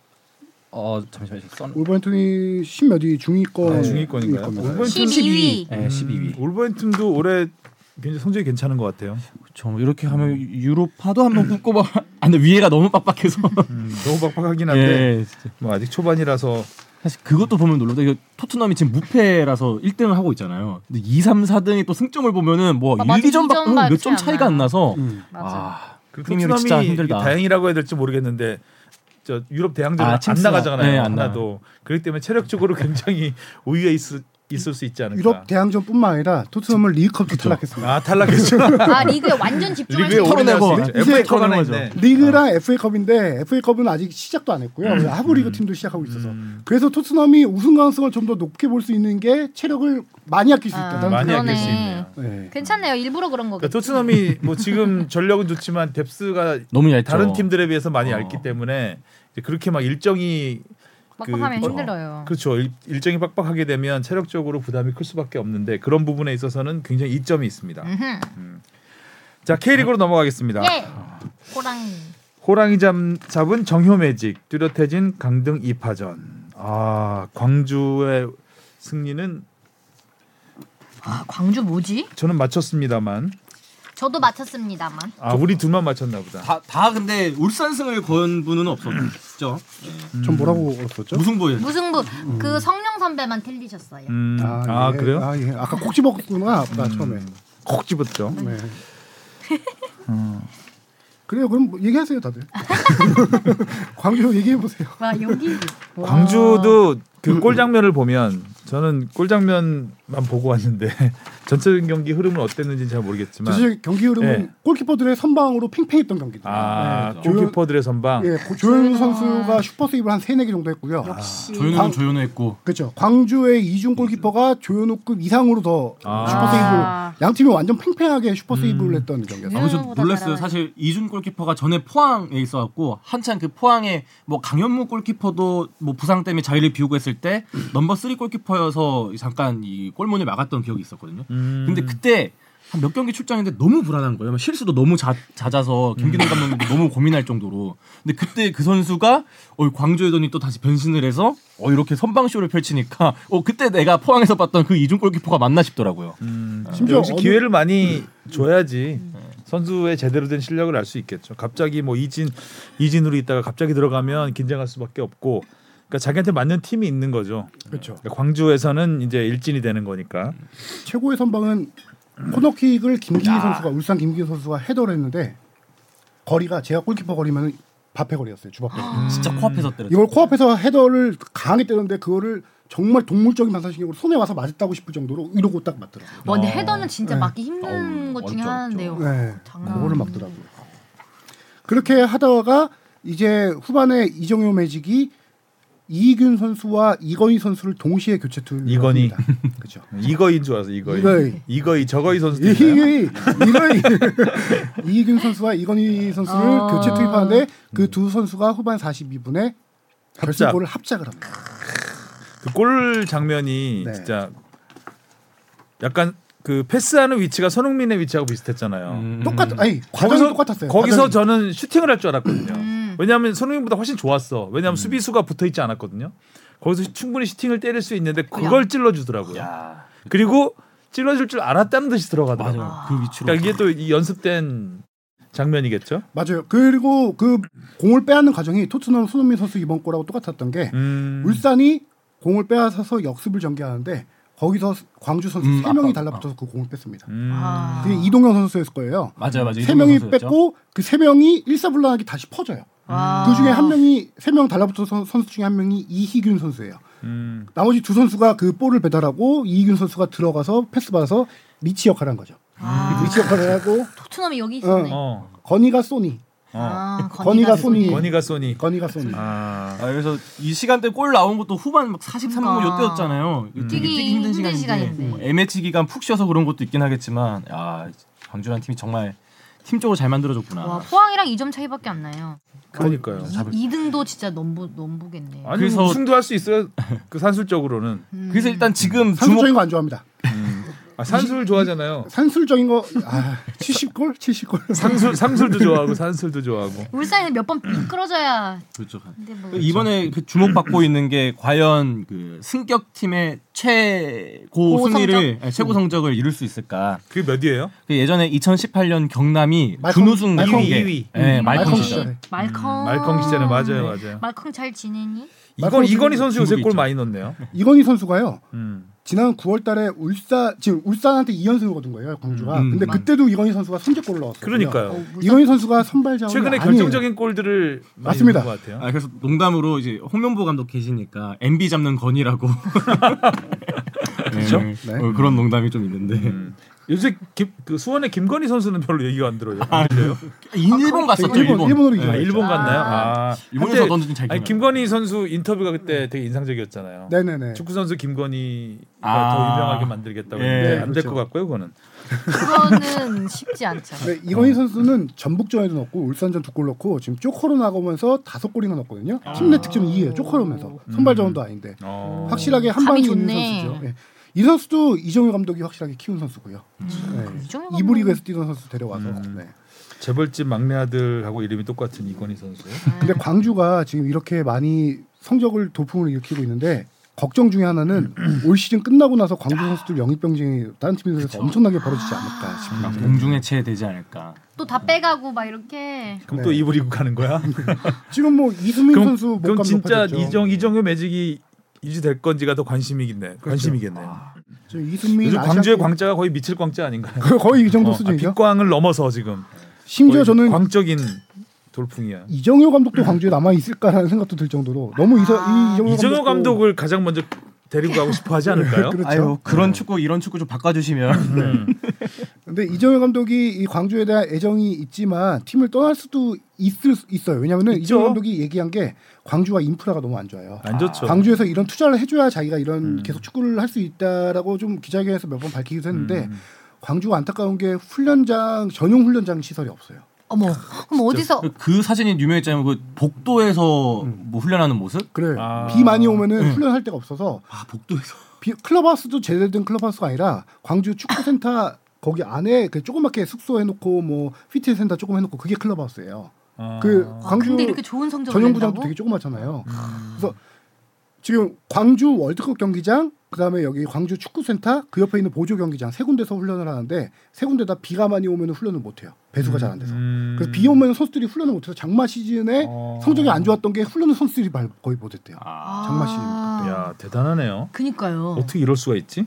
C: 어 잠시만요. 썬.
D: 올버햄튼이 10몇위 중위권
B: 네, 중위권인가요?
D: 겁니다.
B: 올버햄튼
A: 12위.
C: 네, 12위.
B: 음, 올버햄튼도 올해 굉장히 성적이 괜찮은 것 같아요.
C: 저뭐 이렇게 하면 유로파도 한번 꿈꿔봐. 안 돼, 위에가 너무 빡빡해서.
B: 음, 너무 빡빡하긴 한데
C: 예, 진짜.
B: 뭐 아직 초반이라서
C: 사실 그것도 보면 놀랍다. 이거 토트넘이 지금 무패라서 1등을 하고 있잖아요. 근데 2, 3, 4등의 또 승점을 보면은 뭐
A: 아,
C: 1,
A: 맞아.
C: 2점
A: 이점
C: 밖에
A: 밖에
C: 몇점
A: 안
C: 차이가 안
A: 나요.
C: 나서
D: 음.
A: 맞아.
C: 아,
B: 그
C: 프리미어리그 진짜
B: 토트넘이
C: 힘들다.
B: 다행이라고 해야 될지 모르겠는데 저 유럽 대항전
C: 아,
B: 안
C: 챔스가-
B: 나가잖아요.
C: 네, 안
B: 하나도 그렇기 때문에 체력적으로 굉장히 우위에 있을, 있을 수 있지 않을까.
D: 유럽 대항전뿐만 아니라 토트넘은 리그컵도 탈락했습니다.
B: 아 탈락했죠.
A: 아 리그에 완전 집중할 수
B: 리그에
A: 있는 아,
C: 털어내고
B: 털어내고
D: 이제
B: FA 컵 하나
C: 털어내죠.
B: 있네.
D: 리그랑 FA컵인데 FA컵은 아직 시작도 안 했고요. 하부 리그 팀도 시작하고 있어서
B: 음.
D: 그래서 토트넘이 우승 가능성을 좀 더 높게 볼 수 있는 게 체력을 많이 아낄 수 있다.
A: 아,
B: 음, 많이
A: 그러네.
B: 아낄 수 있네요.
D: 네.
A: 괜찮네요. 일부러 그런 거겠죠.
B: 그러니까 토트넘이 뭐 지금 전력은 좋지만 뎁스가
C: 너무 얇죠.
B: 다른 팀들에 비해서 많이
C: 그렇죠. 어.
B: 얇기 때문에 이제 그렇게 막 일정이
A: 빡빡하면
B: 그-
A: 힘들어요.
B: 그렇죠 일, 일정이 빡빡하게 되면 체력적으로 부담이 클 수밖에 없는데 그런 부분에 있어서는 굉장히 이점이 있습니다.
A: 음흠.
B: 자 K리그로 넘어가겠습니다.
A: 예. 호랑이.
B: 호랑이 잡, 잡은 정효매직 뚜렷해진 강등 2파전. 아 광주의 승리는
A: 아 광주 뭐지?
B: 저는 맞췄습니다만
A: 저도 맞췄습니다만.
B: 아 우리 둘만 맞췄나 보다.
C: 다, 다 근데 울산승을 건 분은 없었죠.
D: 전
B: 음.
D: 뭐라고 그랬었죠?
C: 무승부예요.
A: 무승부 그 성룡 선배만 틀리셨어요.
B: 음, 아,
D: 예.
B: 그래요?
D: 아, 예. 아까 콕 집었구나. 아까 처음에.
B: 콕 집었죠.
D: 네.
B: 음.
D: 그래요. 그럼 뭐 얘기하세요, 다들. 광주 얘기해 보세요.
A: 와 여기. 와.
B: 광주도
D: 음,
B: 그 골 장면을 보면 저는 골 장면만 보고 왔는데 전체적인 경기 흐름은 어땠는지 잘 모르겠지만
D: 사실 경기 흐름은
B: 예.
D: 골키퍼들의 선방으로 팽팽했던 경기다.
B: 아
D: 네.
B: 골키퍼들의 선방
D: 예, 고-
A: 조현우.
D: 조현우 선수가 슈퍼 세이브를 한 3, 4개 정도 했고요.
A: 그렇죠. 역시.
C: 조현우는
D: 광-
C: 조현우했고.
D: 그렇죠. 광주의 이중 골키퍼가 조현우급 이상으로 더
B: 아.
D: 슈퍼
A: 아.
D: 세이브. 양 팀이 완전 팽팽하게 슈퍼 세이브를 했던 경기였어요.
A: 음.
C: 아, 저
A: 조현우보다
C: 놀랐어요.
A: 잘하네.
C: 사실 이준 골키퍼가 전에 포항에 있어갖고 한창 그 포항에 뭐 강현무 골키퍼도 뭐 부상 때문에 자리를 비우고 했을 때 넘버 쓰리 골키퍼여서 잠깐 이 골문을 막았던 기억이 있었거든요.
B: 음.
C: 근데 그때 한 몇 경기 출장인데 너무 불안한 거예요. 막 실수도 너무 자, 잦아서
B: 음.
C: 김기동 감독님도 너무 고민할 정도로. 근데 그때 그 선수가 어 광주에더니 또 다시 변신을 해서 어 이렇게 선방 쇼를 펼치니까 어 그때 내가 포항에서 봤던 그 이중 골키퍼가 맞나 싶더라고요.
B: 음,
D: 심지어
B: 역시
D: 어느- 음.
B: 기회를 많이 줘야지 선수의 제대로 된 실력을 알 수 있겠죠. 갑자기 뭐 이진 이진으로 있다가 갑자기 들어가면 긴장할 수밖에 없고 그러니까 자기한테 맞는 팀이 있는 거죠.
D: 그렇죠.
B: 그러니까 광주에서는 이제 일진이 되는 거니까.
D: 최고의 선방은 코너킥을 김기희 선수가 울산 김기희 선수가 헤더를 했는데 거리가 제가 골키퍼 거리면 밥해 거리였어요 주밥해
B: 아.
D: 거리.
C: 진짜 코앞에서 때렸죠.
D: 이걸 코앞에서 헤더를 강하게 때렸는데 그거를 정말 동물적인 반사신경으로 손에 와서 맞았다고 싶을 정도로 이러고 딱 맞더라고요.
A: 와
B: 아.
A: 근데 헤더는 진짜
B: 음.
A: 막기 힘든
C: 어우,
A: 것 중에
C: 어렵죠,
A: 하나인데요.
D: 네,
A: 장난.
D: 그거를 막더라고요. 그렇게 하다가 이제 후반에 이정효 매직이 이희균 선수와 이건희 선수를 동시에 교체 투입합니다.
B: 이건희.
D: 그렇죠.
B: 이거인 줄 알았어. 이거인.
D: 이거인.
B: 이거이 저거이 선수.
D: 이희 이건희 이희균 선수와 이건희 선수를
A: 아.
D: 교체 투입하는데 그 두 선수가 후반 42분에 결승골을 합작을 합니다.
B: 그골 장면이
D: 네.
B: 진짜 약간 그 패스하는 위치가 선흥민의 위치하고 비슷했잖아요.
C: 음.
D: 똑같 아니 과정이 똑같았어요.
B: 거기서
D: 과정이.
B: 저는 슈팅을 할 줄 알았거든요.
A: 음.
B: 왜냐하면 손흥민보다 훨씬 좋았어.
D: 음.
B: 왜냐하면 수비수가 붙어 있지 않았거든요. 거기서 충분히 슈팅을 때릴 수 있는데 그걸 찔러주더라고요.
C: 야,
B: 그리고 찔러줄 줄 알았다는 듯이 들어가더라고요.
C: 맞아요. 그 위치로.
B: 그러니까 이게 또 이 연습된 장면이겠죠.
D: 맞아요. 그리고 그 공을 빼앗는 과정이 토트넘 손흥민 선수 이번 골하고 똑같았던 게
B: 음,
D: 울산이 공을 빼앗아서 역습을 전개하는데 거기서 광주 선수
C: 음,
D: 세 명이
C: 아빠.
D: 달라붙어서 그 공을 뺐습니다.
B: 음.
A: 아.
D: 그게 이동현 선수였을 거예요.
C: 맞아요, 맞아요.
D: 세 명이 뺐고 그 세 명이 일사불란하게 다시 퍼져요.
C: 아.
A: 와.
D: 그 중에 한 명이 세 명 달라붙은 선- 선수 중에 한 명이 이희균 선수예요.
B: 음.
D: 나머지 두 선수가 그 볼을 배달하고 이희균 선수가 들어가서 패스 받아서 리치 역할을 한그 거죠.
A: 아,
D: 리치 역할을 하고
A: 토트넘이 여기 있었네.
B: 어.
D: 건이가 쏘니
B: 어.
A: 아,
D: 네, 건이가 손이
B: 건이가 쏘니.
D: 건이가 쏘니.
B: 아,
C: 아, 그래서 이 시간대 골 나온 것도 후반 막 43분
A: 그러니까.
C: 요때였잖아요. 이거 되게
A: 뛰기 힘든 시간인데.
C: MH 뭐 기간 푹 쉬어서 그런 것도 있긴 하겠지만 야, 광주란 팀이 정말 팀적으로 잘 만들어졌구나.
A: 와 포항이랑 2점 차이밖에 안 나요.
B: 그러니까요.
C: 잡을-
A: 2등도 진짜 넘보 넘보겠네.
B: 아니
C: 그래서-
B: 그래서 승도 할 수 있어요. 그 산술적으로는
C: 그래서 일단 지금 주목
D: 산술적인 거 안 좋아합니다.
B: 아, 산술 좋아하잖아요.
D: 산술적인 거 아, 70골, 70골.
B: 상술 상술도 좋아하고 산술도 좋아하고.
A: 울산이 몇 번 미끄러져야.
C: 그렇죠.
A: 근데 뭐
C: 그 이번에 그 주목받고 있는 게 과연 그 승격 팀의 최고
A: 고
C: 승리를 아니, 최고 성적을 이룰 수 있을까?
B: 그게 몇 위예요?
C: 그 예전에 2018년 경남이
D: 말컹-
C: 준우승
D: 말컹
C: 2위,
B: 이위.
A: 네, 음.
C: 예, 말컹
D: 말컹
C: 시절.
D: 시절.
A: 말컹.
B: 음,
A: 네.
B: 말컹 시절에 맞아요, 맞아요.
A: 말컹 잘 지내니?
B: 이건 이건희 선수 요새
C: 중국이
B: 골
C: 있죠.
B: 많이 넣네요.
D: 이건희 선수가요.
B: 음.
D: 지난 9월 달에 울산 지금 울산한테 2연승을 거둔 거예요, 광주가.
C: 음,
D: 근데
C: 음.
D: 그때도 이건희 선수가 선제골을 넣었어요.
B: 그러니까요.
A: 어,
D: 이건희 선수가 선발자원
B: 최근에 결정적인 골들을 많이
D: 맞습니다.
B: 넣은 것 같아요.
C: 아 그래서 농담으로 이제 홍명보 감독 계시니까 MB 잡는 건이라고. 그렇죠?
D: 네.
C: 그런 농담이 좀 있는데.
B: 음. 요새 김, 그 수원의 김건희 선수는 별로 얘기가 안 들어요.
C: 인- 일본 갔었죠
D: 일본,
C: 일본.
D: 일본으로
B: 아,
D: 이겨요.
B: 일본 갔나요? 아,
C: 네. 일본에서
B: 한때-
C: 던진 잘
B: 아니,
C: 기억나요.
B: 김건희 선수 인터뷰가 그때 되게 인상적이었잖아요.
D: 네네네.
B: 축구 선수 김건희가
C: 아.
B: 더 유명하게 만들겠다고
C: 예,
B: 했는데 안 될 것
D: 그렇죠.
B: 같고요, 그거는.
A: 그거는 쉽지 않죠.
D: 네,
B: 어.
D: 이건희 선수는 전북전에도 넣고 울산전 두 골 넣고 지금 쪼커로 나가면서 다섯 골이나 넣었거든요.
B: 아.
D: 팀 내 득점 2위예요. 쪼커로면서
B: 음.
D: 선발자원도 아닌데
B: 어.
D: 확실하게 한
A: 감이
D: 방이 있는
A: 좋네.
D: 선수죠. 예. 이 선수도 이정효 감독이 확실하게 키운 선수고요.
A: 음. 이정효
D: 네. 이부 리그에서 뛰던 선수 데려와서.
B: 음.
D: 네.
B: 재벌집 막내 아들하고 이름이 똑같은 이건희 선수.
D: 근데 광주가 지금 이렇게 많이 성적을 도풍을 일으키고 있는데 걱정 중에 하나는
B: 음.
D: 올 시즌 끝나고 나서 광주
B: 아.
D: 선수들 영입 병쟁이 다른 팀에서 엄청나게 벌어지지 않을까 싶습니다.
C: 공중해체 되지 않을까.
A: 또 다 빼가고 막 이렇게.
B: 그럼
D: 네.
B: 또 이불이고 가는 거야?
D: 지금 뭐 이수민
B: 그럼,
D: 선수 몸값
B: 그럼 진짜
D: 높아졌죠. 네.
B: 이정 이정효 매직이 유지될 건지가 더 관심이겠네. 관심이겠네요.
D: 지금 이수민
B: 요즘
D: 그렇죠. 아. 아시안
B: 광주의
D: 게임-
B: 광자가 거의 미칠 광자 아닌가요?
D: 그 거의 이 정도
B: 어, 아,
D: 수준이죠.
B: 빛광을 넘어서 지금
D: 심지어
B: 거의
D: 저는
B: 광적인 돌풍이야.
D: 이정효 감독도 광주에 남아 있을까라는 생각도 들 정도로 너무 이서
A: 아.
D: 이 이정효,
B: 이정효
D: 감독도-
B: 감독을 가장 먼저 데리고 가고 싶어 하지 않을까요?
D: 그렇죠.
C: 아유 그런 축구 이런 축구 좀 바꿔주시면. 네.
D: 근데 이정효 감독이 이 광주에 대한 애정이 있지만 팀을 떠날 수도 있을 수 있어요. 왜냐하면 이정효 감독이 얘기한 게 광주가 인프라가 너무 안 좋아요.
B: 안 좋죠. 음.
D: 광주에서 이런 투자를 해줘야 자기가 이런 계속 축구를 할 수 있다라고 좀 기자회견에서 몇 번 밝히기도 했는데
B: 음.
D: 광주가 안타까운 게 훈련장 전용 훈련장 시설이 없어요.
A: 어머, 그럼 어디서
C: 그 사진이 유명했잖아요. 그 복도에서 뭐 훈련하는 모습?
D: 그래
B: 아.
D: 비 많이 오면은 훈련할 데가 없어서
C: 아 복도에서.
D: 비- 클럽하우스도 제대로 된 클럽하우스가 아니라 광주 축구센터 거기 안에 그 조그맣게 숙소 해놓고 뭐 피트센터 조금 해놓고 그게 클럽하우스예요.
B: 아.
D: 그
A: 아,
D: 광주
A: 근데 이렇게 좋은 성적을
D: 전용 구장도
A: 낸다고?
D: 되게 조그맣잖아요.
B: 음.
D: 그래서 지금 광주 월드컵 경기장 그다음에 여기 광주 축구센터 그 옆에 있는 보조 경기장 세 군데서 훈련을 하는데 세 군데다 비가 많이 오면 훈련을 못 해요. 배수가 잘 안 돼서.
B: 음.
D: 그래서 비 오면 선수들이 훈련을 못 해서 장마 시즌에
B: 어.
D: 성적이 안 좋았던 게 훈련을 선수들이 말- 거의 못 했대요.
C: 아,
A: 아,
D: 장마 시즌
B: 야 대단하네요.
A: 그니까요.
B: 어떻게 이럴 수가 있지?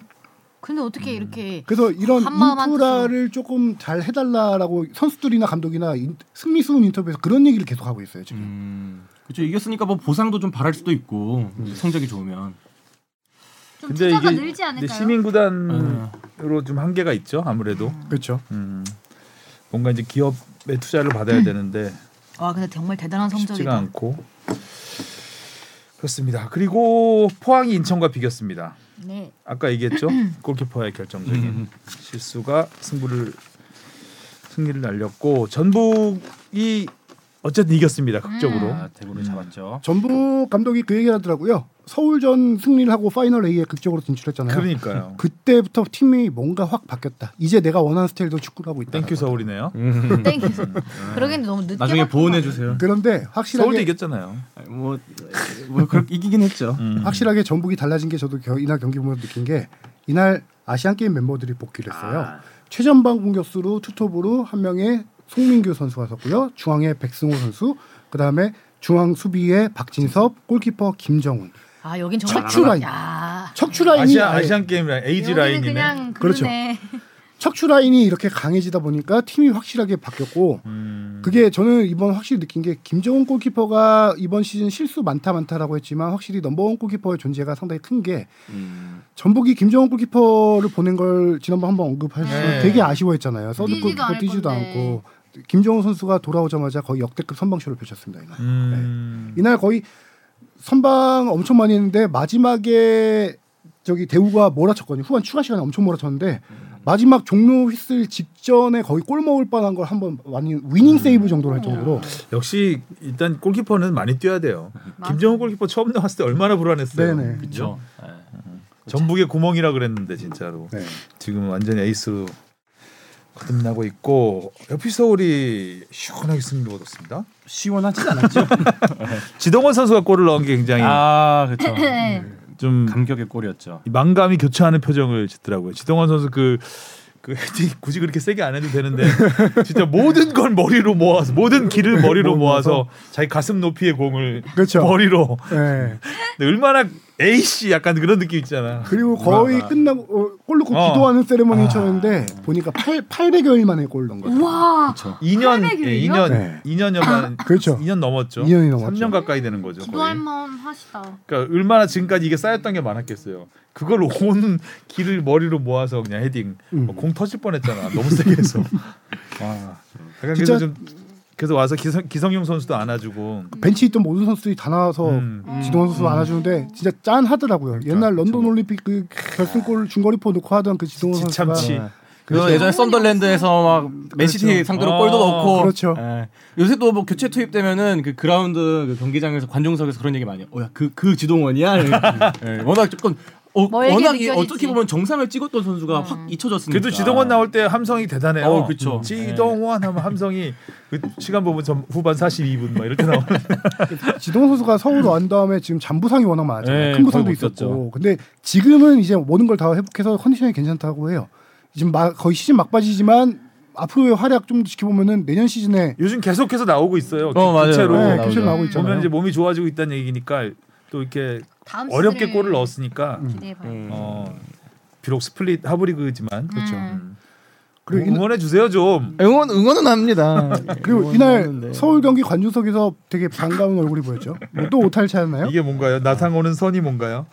A: 근데 어떻게 이렇게
D: 그래서 이런
A: 한마음
D: 인프라를 조금 잘 해달라라고 선수들이나 감독이나 인- 승리스운 인터뷰에서 그런 얘기를 계속 하고 있어요 지금.
C: 음, 그렇죠. 이겼으니까 뭐 보상도 좀 바랄 수도 있고 성적이 좋으면.
A: 좀 투자가 늘지
B: 근데
A: 않을까요?
B: 시민
C: 음.
B: 구단으로 좀 한계가 있죠. 아무래도
D: 그렇죠.
B: 음. 뭔가 이제 기업의 투자를 받아야 되는데
A: 아 근데 정말 대단한
B: 쉽지가
A: 성적이다.
B: 않고 그렇습니다. 그리고 포항이 인천과 비겼습니다.
A: 네.
B: 아까 얘기했죠. 골키퍼의 결정적인
C: 네. 음.
B: 실수가 승부를 승리를 날렸고 전북이 어쨌든 이겼습니다.
A: 음.
B: 극적으로.
C: 아, 대구를 잡았죠.
D: 전북 감독이 그 얘기를 하더라고요. 서울전 승리를 하고 파이널 A에 극적으로 진출했잖아요. 음.
B: 그러니까요.
D: 때부터 팀이 뭔가 확 바뀌었다. 이제 내가 원하는 스타일로 축구를 하고 있다.
B: 땡큐 서울이네요.
A: 땡.
B: 음.
A: 그러긴 너무 늦게.
C: 나중에
A: 봤던
C: 보온해
A: 거 아니에요?
C: 주세요.
D: 그런데
B: 서울도
D: 확실하게
B: 이겼잖아요.
C: 뭐, 뭐 그렇게 이기긴 했죠.
B: 음.
D: 확실하게 전북이 달라진 게 저도 겨- 이날 경기 보면서 느낀 게 이날 아시안 게임 멤버들이 복귀를 했어요.
B: 아.
D: 최전방 공격수로 투톱으로 한 명의 송민규 선수가 섰고요. 중앙에 백승호 선수, 그다음에 중앙 수비에 박진섭, 골키퍼 김정훈.
A: 아 여긴 정말
D: 척추 라인.
A: 야.
D: 척추 라인이
B: 아시아
D: 아예-
B: 아시안 게임 라인, 에이지
A: 여기는
B: 라인이네.
A: 그냥
D: 그렇죠.
A: 그러네.
D: 척추 라인이 이렇게 강해지다 보니까 팀이 확실하게 바뀌었고
B: 음,
D: 그게 저는 이번 확실히 느낀 게 김정훈 골키퍼가 이번 시즌 실수 많다 많다라고 했지만 확실히 넘버원 골키퍼의 존재가 상당히 큰 게
B: 음.
D: 전북이 김정훈 골키퍼를 보낸 걸 지난번 한번 언급해서
B: 네.
D: 되게 아쉬워했잖아요. 서드
A: 뛰지도
D: 골키퍼
A: 않을
D: 뛰지도
A: 건데.
D: 않고 김정호 선수가 돌아오자마자 거의 역대급 선방쇼를 펼쳤습니다. 이날,
B: 음.
D: 이날 거의 선방 엄청 많이 했는데 마지막에 저기 대우가 몰아쳤거든요. 후반 추가 시간에 엄청 몰아쳤는데 마지막 종료 휘슬 직전에 거의 골 먹을 뻔한 걸 한번 많이
B: 음.
D: 위닝 세이브 정도로 할 정도로
B: 역시 일단 골키퍼는 많이 뛰어야 돼요.
A: 맞아.
B: 김정은 골키퍼 처음 나왔을 때 얼마나 불안했어요.
D: 네네.
E: 그렇죠.
C: 음.
B: 전북의 구멍이라 그랬는데 진짜로
D: 네.
B: 지금 완전히 에이스로 거듭나고 있고 FC 서울이 시원하게 승리를 얻었습니다.
E: 시원하지 않았죠.
B: 지동원 선수가 골을 넣은 게 굉장히
E: 아 그렇죠.
A: 네.
B: 좀
E: 감격의 골이었죠.
B: 이 망감이 교차하는 표정을 짓더라고요. 지동원 선수 그, 그 헤딩 굳이 그렇게 세게 안 해도 되는데 진짜 모든 걸 머리로 모아서 모든 길을 머리로 모아서 자기 가슴 높이의 공을
D: 네, 그렇죠.
B: 머리로
D: 네.
B: 근데 얼마나 에이씨 약간 그런 느낌 음. 있잖아.
D: 그리고 거의 끝나고 어, 골 넣고
B: 어.
D: 기도하는 세레머니 쳤는데 보니까 8 800여 일 만에 골 넣은 음. 거예요.
A: 우와.
B: 2년
A: 800
B: 예,
A: 일이요?
B: 2년
D: 네.
B: 2년 연만
D: 그렇죠.
B: 2년 넘었죠.
D: 2년이 넘었죠.
B: 3년 가까이 되는 거죠. 거의.
A: 기도할 만하시다.
B: 그러니까 얼마나 지금까지 이게 쌓였던 게 많았겠어요. 그걸 온 길을 머리로 모아서 그냥 헤딩
D: 음.
B: 뭐공 터질 뻔했잖아. 너무 세게 해서. 와. 약간
D: 진짜-
B: 그래서 좀 그래서 와서 기성, 기성용 선수도 안아주고
D: 벤치에 있던 모든 선수들이 다 나와서
B: 음.
D: 지동원 선수 안아주는데 진짜 짠하더라고요. 옛날 런던 올림픽 그 결승골 중거리포 넣고 하던 그 지동원 선수가
B: 지참치.
C: 그 예전에 썬덜랜드에서 막 맨시티
D: 그렇죠.
C: 상대로
E: 어.
B: 아,
C: 골도 넣고
D: 그렇죠.
C: 예. 요새 또 뭐 교체 투입되면은 그 그라운드 그 경기장에서 관중석에서 그런 얘기 많이 해요. 어야 그 그 지동원이야. 예, 워낙 조금 어,
A: 멀게
C: 워낙 이-
A: 느껴지지. 음.
C: 어떻게 보면 정상을 찍었던 선수가 확 잊혀졌으니까.
B: 그래도 지동원 나올 때 함성이 대단해요. 음.
C: 어, 그쵸.
B: 지동원 하면 함성이 그 시간 부분 전 후반 42분 막 이럴 때 나오는.
D: 지동원 선수가 서울 온 다음에 지금 잔부상이 워낙 많았잖아요.
C: 네,
D: 큰 부상도
C: 거의 못
D: 있었고.
C: 썼죠.
D: 근데 지금은 이제 모든 걸 다 회복해서 컨디션이 괜찮다고 해요. 지금 막 거의 시즌 막바지지만 앞으로의 활약 좀 지켜보면은 내년 시즌에
B: 요즘 계속해서 나오고 있어요.
C: 어, 맞아요.
B: 교체로
C: 네,
B: 나오죠.
D: 교체로 나오고 있잖아요.
B: 보면 이제 몸이 좋아지고 있다는 얘기니까 또 이렇게
A: 다음
B: 어렵게
A: 시즌에
B: 골을 넣었으니까
D: 음.
C: 예.
A: 기대해봐요.
C: 음.
B: 어, 비록 스플릿 하브리그지만
A: 그렇죠.
B: 음.
D: 그리고 이-
B: 응원해 주세요 좀.
C: 응원 응원은 합니다.
D: 그리고 이날 서울 경기 관중석에서 되게 반가운 얼굴이 보였죠. 뭐또 오탈 차였나요?
B: 이게 뭔가요? 나상호는 선이 뭔가요?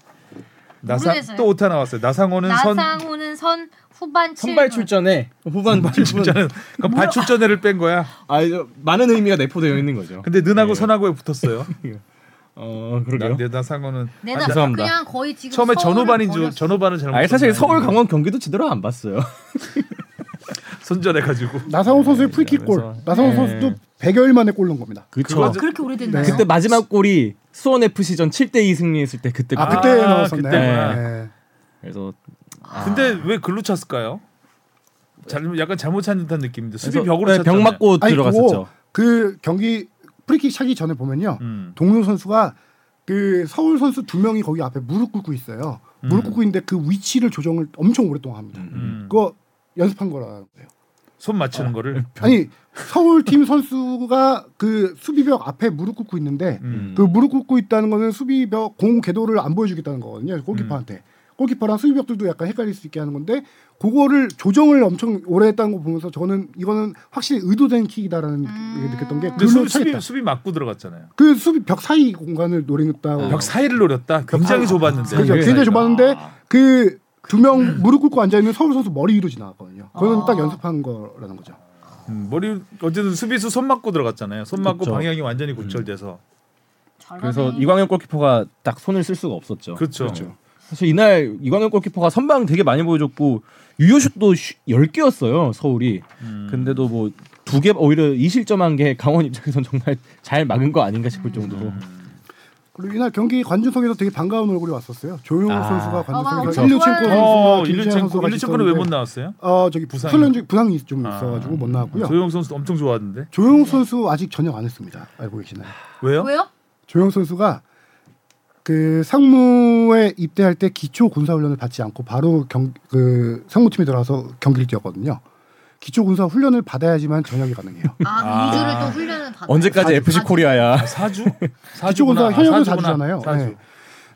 B: 나상
A: 모르겠어요.
B: 또 오타 나왔어요. 나상호는 선
A: 나상호는 선 후반
C: 선발
A: 7분.
C: 출전에 후반 출전.
B: 진짜는 그럼 발출전회를 뺀 거야.
C: 아 이거 많은 의미가 내포되어 있는 거죠.
B: 근데 는하고 선하고에 붙었어요. 나,
C: 어 네. 그러게요.
B: 내 나상호는
A: 내가
C: 죄송합니다.
A: 그냥 거의 지금
B: 처음에
A: 서울을
B: 전후반인 줄
A: 버렸어.
B: 전후반을 잘못.
C: 아니 사실
B: 썼나요?
C: 서울 강원 경기도 제대로 안 봤어요.
B: 손절해가지고.
D: 나상호 선수의 프리킥 골.
B: 네.
D: 나상호 선수도 100여일 만에 골 넣은 겁니다.
C: 그렇죠.
A: 아, 그렇게 오래됐나요?
C: 그때 마지막 골이 수원 FC전 7대2 승리했을 때 그때
D: 아
C: 골.
D: 그때
B: 아,
D: 넣었었네.
B: 그때구나.
D: 네.
C: 그래서
B: 근데 왜 글로 찼을까요? 잘, 약간 잘못 찬 듯한 느낌인데 수비
C: 그래서-
B: 벽으로
C: 네,
B: 찼잖아요.
C: 병 맞고
D: 아니
C: 들어갔었죠.
D: 그거 그 경기 프리킥 차기 전에 보면요.
B: 음.
D: 동료 선수가 그 서울 선수 두 명이 거기 앞에 무릎 꿇고 있어요.
C: 음.
D: 무릎 꿇고 있는데 그 위치를 조정을 엄청 오랫동안 합니다.
B: 음.
D: 그거 연습한 거라는 거예요.
B: 손 맞추는 거를.
D: 아니 네, 서울 팀 선수가 그 수비벽 앞에 무릎 꿇고 있는데
B: 음.
D: 그 무릎 꿇고 있다는 거는 수비벽 공 궤도를 안 보여주겠다는 거거든요. 골키퍼한테.
B: 음.
D: 골키퍼랑 수비벽들도 약간 헷갈릴 수 있게 하는 건데 그거를 조정을 엄청 오래 했다는 거 보면서 저는 이거는 확실히 의도된 킥이다라는
A: 음.
D: 게 느꼈던 게
B: 근데
D: 글로
B: 수비,
D: 차겠다.
B: 수비, 수비 맞고 들어갔잖아요.
D: 그 수비벽 사이 공간을 노리겠다고
B: 벽 사이를 노렸다. 굉장히 좁았는데.
D: 어. 그죠.
B: 그
D: 굉장히
B: 아, 사이가.
D: 좁았는데 그 두 명 무릎 꿇고 앉아 있는 서울 선수 머리 위로 지나갔거든요. 그거는
A: 아.
D: 딱 연습한 거라는 거죠.
B: 음, 머리 어쨌든 수비수 손 맞고 들어갔잖아요. 손 맞고
C: 그렇죠.
B: 방향이 완전히
D: 음.
B: 고철돼서.
A: 잘하네.
C: 그래서 이광현 골키퍼가 딱 손을 쓸 수가 없었죠.
B: 그렇죠.
C: 사실 이날 이광현 골키퍼가 선방 되게 많이 보여줬고 유효슛도 10개였어요 서울이. 근데도 뭐 두 개 오히려 이 실점한 게 강원 입장에선 정말 잘 막은 거 아닌가 싶을 정도로.
D: 그리고 이날 경기 관중석에서 되게 반가운 얼굴이 왔었어요. 조용호
C: 아.
D: 선수가
A: 어,
D: 관중석에서
A: 맞아.
D: 일류첸코 선수와
B: 어,
D: 김재현
B: 일류첸코
D: 선수가
B: 일류첸코는 왜 못
D: 있었는데
B: 나왔어요?
D: 어 저기
B: 부상이.
D: 부상 부상이 좀
B: 아.
D: 있어가지고 못 나왔고요.
B: 조용 선수도 엄청 좋아하는데.
D: 조용 선수 아직 전역 안 했습니다. 알고 계시나요?
B: 왜요?
A: 왜요?
D: 조용 선수가 그 상무에 입대할 때 기초 군사 훈련을 받지 않고 바로 경 그 상무팀에 들어가서 경기를 뛰었거든요. 기초 군사 훈련을 받아야지만 전역이 가능해요.
A: 아, 그 2주를 또 훈련을 받아.
C: 언제까지 FC 코리아야?
B: 사주?
D: 기초
B: 사주구나.
D: 군사 현역은
B: 사주구나.
D: 사주잖아요.
B: 사주.
D: 네.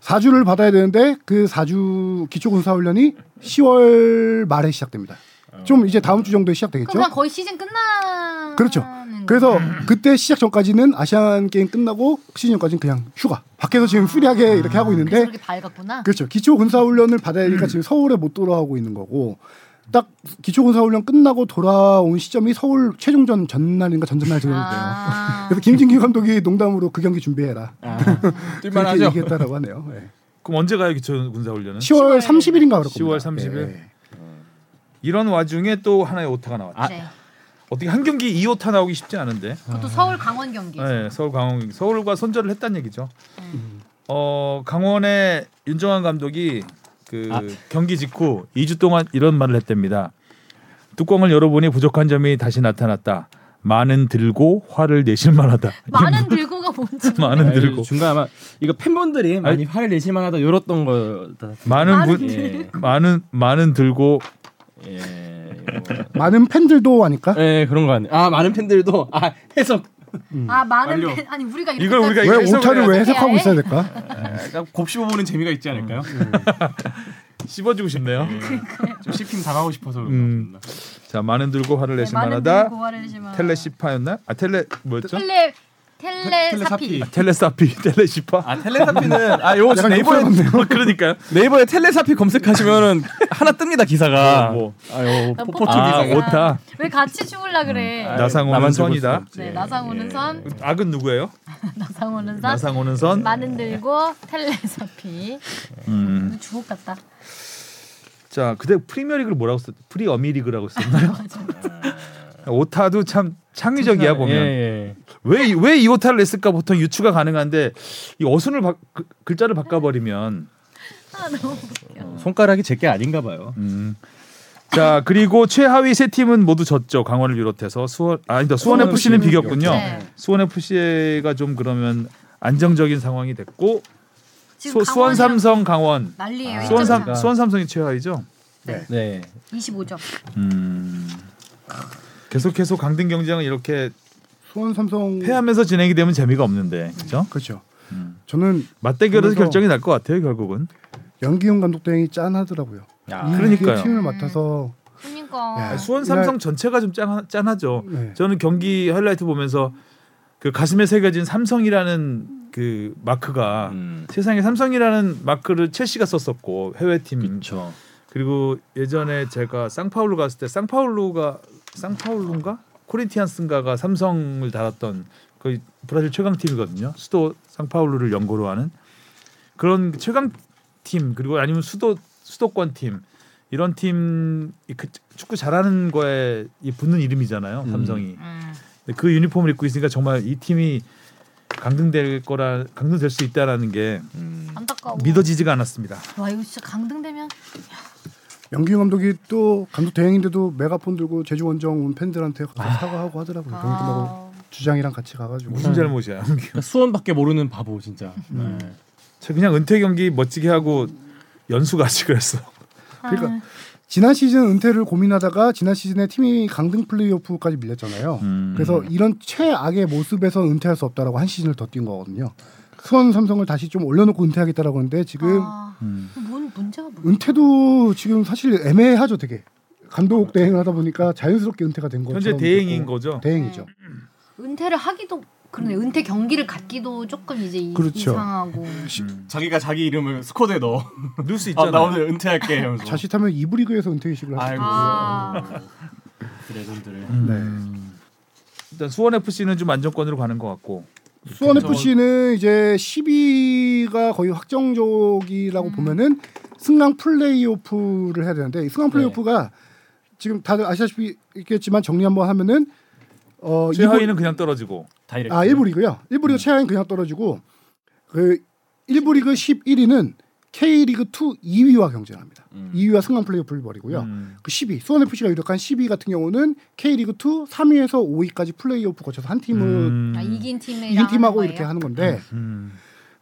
D: 사주를 받아야 되는데 그 사주 기초 군사 훈련이 10월 말에 시작됩니다.
B: 어.
D: 좀 이제 다음 주 정도에 시작되겠죠?
A: 그럼 거의 시즌 끝나.
D: 그렇죠. 그래서 그때 시작 전까지는 아시안 게임 끝나고 시즌 까지는 그냥 휴가. 밖에서 지금 프리하게 이렇게 하고 있는데
A: 그렇게 밝았구나.
D: 그렇죠. 기초 군사 훈련을 받아야 되니까 지금 서울에 못 돌아오고 있는 거고 딱 기초군사훈련 끝나고 돌아온 시점이 서울 최종전 전날인가 전전날 지났는데요.
A: 아.
D: 그래서 김진규 감독이 농담으로 그 경기 준비해라
C: 아,
D: 그렇게
E: 뛸만하죠.
D: 얘기했다라고 하네요. 예.
B: 그럼 언제 가요 기초 군사 훈련은?
D: 10월 30일인가 그럴 겁니다.
B: 10월 30일?
D: 예, 예.
B: 이런 와중에 또 하나의 오타가 나왔죠.
A: 네.
B: 어떻게 한 경기 2호타 나오기 쉽지 않은데.
A: 그것도 서울 강원 경기.
B: 네, 서울 강원 서울과 손절을 했다는 얘기죠.
E: 음.
B: 어 강원의 윤정환 감독이 그
E: 아.
B: 경기 직후 2주 동안 이런 말을 했답니다. 뚜껑을 열어보니 부족한 점이 다시 나타났다. 많은 들고 화를 내실 만하다.
A: 많은 들고가 뭔지.
B: 많은 들고
C: 중간 아마 이거 팬분들이 많이 화를 내실 만하다 요랬던 거
B: 많은
A: 많은
B: 분
C: 예.
B: 많은 많은 들고
C: 예.
D: 많은 팬들도 하니까
C: 예, 그런 거 같네. 아, 많은 팬들도 아, 해석
A: 아 많은
E: 완료.
A: 팬- 아니 우리가
B: 이걸 우리가
D: 왜
B: 이거 해석을
D: 오타를
B: 해야
D: 왜
A: 돼.
D: 해석하고
A: 해야
D: 있어야 될까?
E: 약간 곱씹어 보는 재미가 있지 않을까요?
B: 음, 씹어주고 싶네요.
E: 좀 씹힘 당하고 싶어서
B: 음.
E: 그런 겁니다.
B: 자 많은 네, 들고 화를 내실 만하다. 텔레시파였나? 아 텔레 뭐였죠?
A: 텔레 텔레사피.
E: 텔레사피.
B: 텔레사피 텔레시파.
E: 아 텔레사피는 아 요거
D: 약간
E: 네이버에
D: 욕설같네요.
B: 뭐 그러니까요.
E: 네이버에 텔레사피 검색하시면은 하나 뜹니다 기사가.
B: 어, 뭐.
E: 아유
A: 아,
E: 포포
A: 포-
B: 아
A: 포-
B: 오타.
A: 왜 같이 죽을라 그래?
B: 아, 나상호는
E: 나만 죽을
B: 선이다.
E: 수 없지.
A: 네, 나상호는 선,
B: 악은 누구예요?
A: 나상호는 선,
B: 나상호는 선.
A: 많은 들고 텔레사피.
B: 음.
A: 주옥 같다. 아,
B: 자, 그때 프리미어리그를 뭐라고 썼? 프리어미리그라고 썼나요? 오타도 참
E: 네,
B: 창의적이야 보면
C: 예, 예.
B: 왜 왜 이 오타를 냈을까 보통 유추가 가능한데 이 어순을 바, 그- 글자를 바꿔버리면
A: 아 너무.
C: 어. 손가락이 제게 아닌가 봐요.
B: 음. 자 그리고 최하위 세 팀은 모두 졌죠 강원을 비롯해서 수원 아니다 수원
C: 수원
B: FC는
C: FC 는
B: 비겼군요
A: 네.
B: 수원 FC가 좀 그러면 안정적인 상황이 됐고
A: 지금
B: 수, 수원
A: 강원이랑 네,
B: 삼성 강원
A: 난리예요.
C: 아,
B: 수원 삼
C: 그러니까.
B: 수원 삼성이 최하위죠.
C: 네.
A: 25점.
B: 음. 계속해서 강등 경쟁은 이렇게
D: 수원 삼성
B: 패하면서 진행이 되면 재미가 없는데 그죠?
D: 그렇죠.
B: 음.
D: 저는
B: 맞대결에서
D: 그래서-
B: 결정이 날 것 같아요 결국은.
D: 연기훈 감독 대행이 짠하더라고요.
C: 야,
D: 이
B: 그러니까요.
D: 팀을 맡아서
A: 그러니까
D: 야,
B: 수원
D: 이날-
B: 삼성 전체가 좀 짠하, 짠하죠.
D: 네.
B: 저는 경기 하이라이트 보면서 그 가슴에 새겨진 삼성이라는 그 마크가
C: 음.
B: 세상에 삼성이라는 마크를 첼시가 썼었고 해외 팀
C: 그렇죠.
B: 그리고 예전에 제가 쌍파울루 갔을 때 쌍파울루가 쌍파울루인가 코린티안스인가가 삼성을 달았던 거의 브라질 최강 팀이거든요. 수도 쌍파울루를 연고로 하는 그런 최강 팀 그리고 아니면 수도 수도권 팀 이런 팀 그 축구 잘하는 거에 이 붙는 이름이잖아요. 삼성이
A: 음.
B: 근데 그 유니폼을 입고 있으니까 정말 이 팀이 강등될 거라 강등될 수 있다라는 게
A: 안타까워.
B: 믿어지지가 않았습니다.
A: 와 이거 진짜 강등되면
D: 연기훈 감독이 또 감독 대행인데도 메가폰 들고 제주 원정 온 팬들한테 갑자기
B: 아.
D: 사과하고 하더라고요. 경기 끝나고
A: 아,
D: 주장이랑 같이 가가지고
B: 무슨 잘못이야?
C: 그러니까 수원밖에 모르는 바보 진짜.
E: 음.
C: 네.
B: 저 그냥 은퇴 경기 멋지게 하고 연수 같이 그랬어.
A: 아,
D: 그러니까 지난 시즌 은퇴를 고민하다가 지난 시즌에 팀이 강등 플레이오프까지 밀렸잖아요.
B: 음.
D: 그래서 이런 최악의 모습에서 은퇴할 수 없다라고 한 시즌을 더 뛴 거거든요. 수원 삼성을 다시 좀 올려놓고 은퇴하겠다라고 하는데 지금
A: 아, 뭔 문제가 뭐야?
D: 은퇴도 지금 사실 애매하죠, 되게. 감독 대행을 하다 보니까 자연스럽게 은퇴가 된 거죠.
B: 현재 대행인 거죠.
D: 대행이죠.
A: 은퇴를 하기도 그러네. 은퇴 경기를 갖기도 조금 이제 이-
D: 그렇죠.
A: 이상하고.
E: 자기가 자기 이름을 스쿼드에 넣어.
B: 넣을 수 있잖아.
E: 아, 나 오늘 은퇴할게.
C: 음.
E: 이러면서.
D: 자칫하면 이브리그에서 은퇴식을 할
E: 아이고.
A: 아,
E: 레전드를.
C: 음.
D: 네.
B: 음. 일단 수원 FC는 좀 안정권으로 가는 것 같고.
D: 수원 FC는 이제 10위가 거의 확정적이라고 보면은 승강 플레이오프를 해야 되는데 이 승강
B: 네.
D: 플레이오프가 지금 다들 아시다시피 있겠지만 정리 한번 하면은 어
B: 최하위는 예. 음. 그냥 떨어지고.
E: 다이렉트.
D: 아 1부 리그요. 1부 리그 최하위는 그냥 떨어지고 그 1부 리그 11위는 K 리그 2 2위와 경쟁합니다. 2위와 승강 플레이오프를 벌이고요.
B: 음.
D: 그 10위 수원 FC가 유력한 10위 같은 경우는 K 리그 2 3위에서 5위까지 플레이오프 거쳐서 한 팀을
B: 음.
A: 아, 이긴 팀이랑
D: 이긴 팀하고
A: 하는
D: 이렇게
A: 거예요?
D: 하는 건데
B: 음.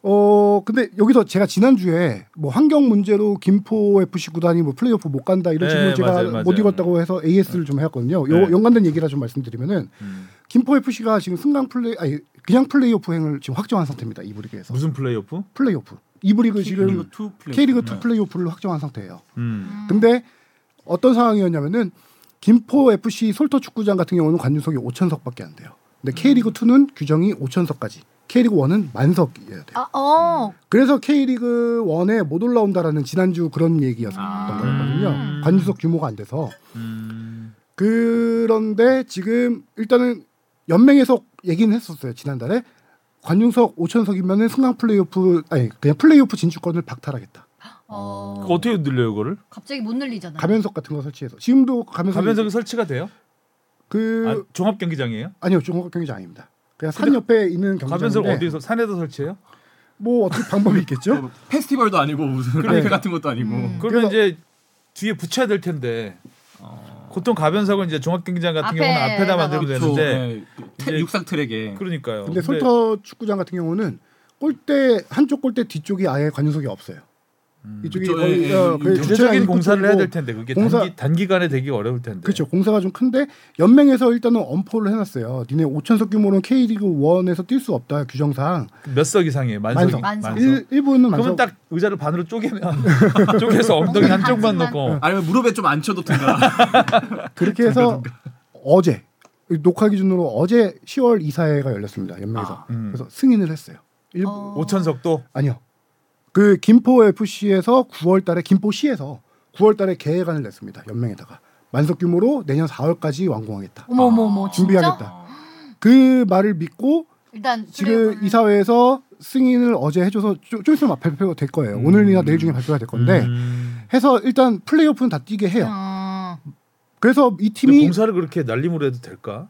D: 어 근데 여기서 제가 지난 주에 뭐 환경 문제로 김포 FC 구단이 뭐 플레이오프 못 간다 이런
B: 네,
D: 질문 제가
B: 맞아요, 맞아요.
D: 못 이뤘다고 해서 AS를 좀 해왔거든요. 요
B: 네.
D: 연관된 얘기라 좀 말씀드리면은
B: 음.
D: 김포 FC가 지금 승강 플레이 아니 그냥 플레이오프행을 지금 확정한 상태입니다. 이브리그에서
B: 무슨 플레이오프?
D: 플레이오프
E: K리그
D: 이브리그 지금
E: 2 플레이.
D: K리그 2 플레이오프를 확정한 상태예요.
B: 음.
D: 근데 어떤 상황이었냐면은 김포 FC 솔터 축구장 같은 경우는 관중석이 5천석밖에 안 돼요. 근데 K리그 2는 규정이 5천석까지 그리고 1은 만석이어야 돼요.
A: 아, 어.
D: 그래서 K리그 1에 못 올라온다라는 지난주 그런 얘기였던 거였거든요.
A: 음.
D: 관중석 규모가 안 돼서
B: 음.
D: 그런데 지금 일단은 연맹에서 얘기는 했었어요 지난달에 관중석 5천석이면은 승강 플레이오프 아니 그냥 플레이오프 진출권을 박탈하겠다.
A: 어,
B: 그거 어떻게 늘려요
D: 음.
B: 그거를?
A: 갑자기 못 늘리잖아요.
D: 가면석 같은 거 설치해서 지금도 가면석
B: 가면석이 설치가 돼요? 아,
D: 그
B: 종합 경기장이에요?
D: 아, 니요 종합 경기장 아닙니다. 그냥 산 옆에 있는
B: 가면석
D: 경기장인데 네.
B: 어디서 산에다 설치해요?
D: 뭐 어떻게 방법이
B: 네.
D: 있겠죠?
E: 네. 페스티벌도 아니고 무슨
B: 그러니까.
E: 카페 같은 것도 아니고
A: 음.
B: 그러면
D: 그래서-
B: 이제 뒤에 붙여야 될 텐데 어. 보통 가면석은 이제 종합 경기장 같은
A: 앞에
B: 경우는 앞에다 만들면
E: 그렇죠.
B: 되는데
E: 네, 그
B: 이제-
E: 태- 육상 트랙에
B: 그러니까요.
D: 네. 근데 솔터 축구장 같은 경우는 골대 한쪽 골대 뒤쪽이 아예 관중석이 없어요.
B: 음.
D: 이쪽이
E: 그쵸,
D: 거의,
E: 예, 예,
D: 어,
E: 예.
D: 거의 주차장
B: 구체적인
D: 입구
B: 공사를
D: 쪽이고
B: 해야 될 텐데 그게
D: 공사-
B: 단기, 단기간에 되기 어려울 텐데.
D: 그렇죠. 공사가 좀 큰데 연맹에서 일단은 엄포를 해놨어요. 니네 5천석 규모로는 K리그 1에서 뛸 수 없다 규정상.
B: 몇 석 이상이에요? 만석.
D: 만석.
A: 만석.
D: 일 일부는
B: 아, 그러면
D: 만석.
B: 딱 의자를 반으로 쪼개면 쪼개서 엉덩이
A: 반쪽만.
B: 한쪽만 넣고
E: 아니면 무릎에 좀 앉혀놓든가
D: 그렇게 해서 어제 녹화 기준으로 어제 10월 이사회가 열렸습니다. 연맹에서.
E: 아,
B: 음.
D: 그래서 승인을 했어요. 일,
A: 어.
B: 5천석도
D: 아니요. 그 김포 FC에서 9월 달에 김포시에서 9월 달에 계획안을 냈습니다. 연맹에다가 만석 규모로 내년 4월까지 완공하겠다.
A: 어머 어머 어머. 진짜?
D: 준비하겠다. 그 말을 믿고
A: 일단
D: 지금 이사회에서 승인을 어제 해줘서 좀, 좀 있으면 발표가 될 거예요. 오늘이나 내일 중에 발표가 될 건데
B: 음.
D: 해서 일단 플레이오프는 다 뛰게 해요.
A: 어.
D: 그래서 이
B: 근데
D: 팀이
B: 공사를 그렇게 날림으로 해도 될까?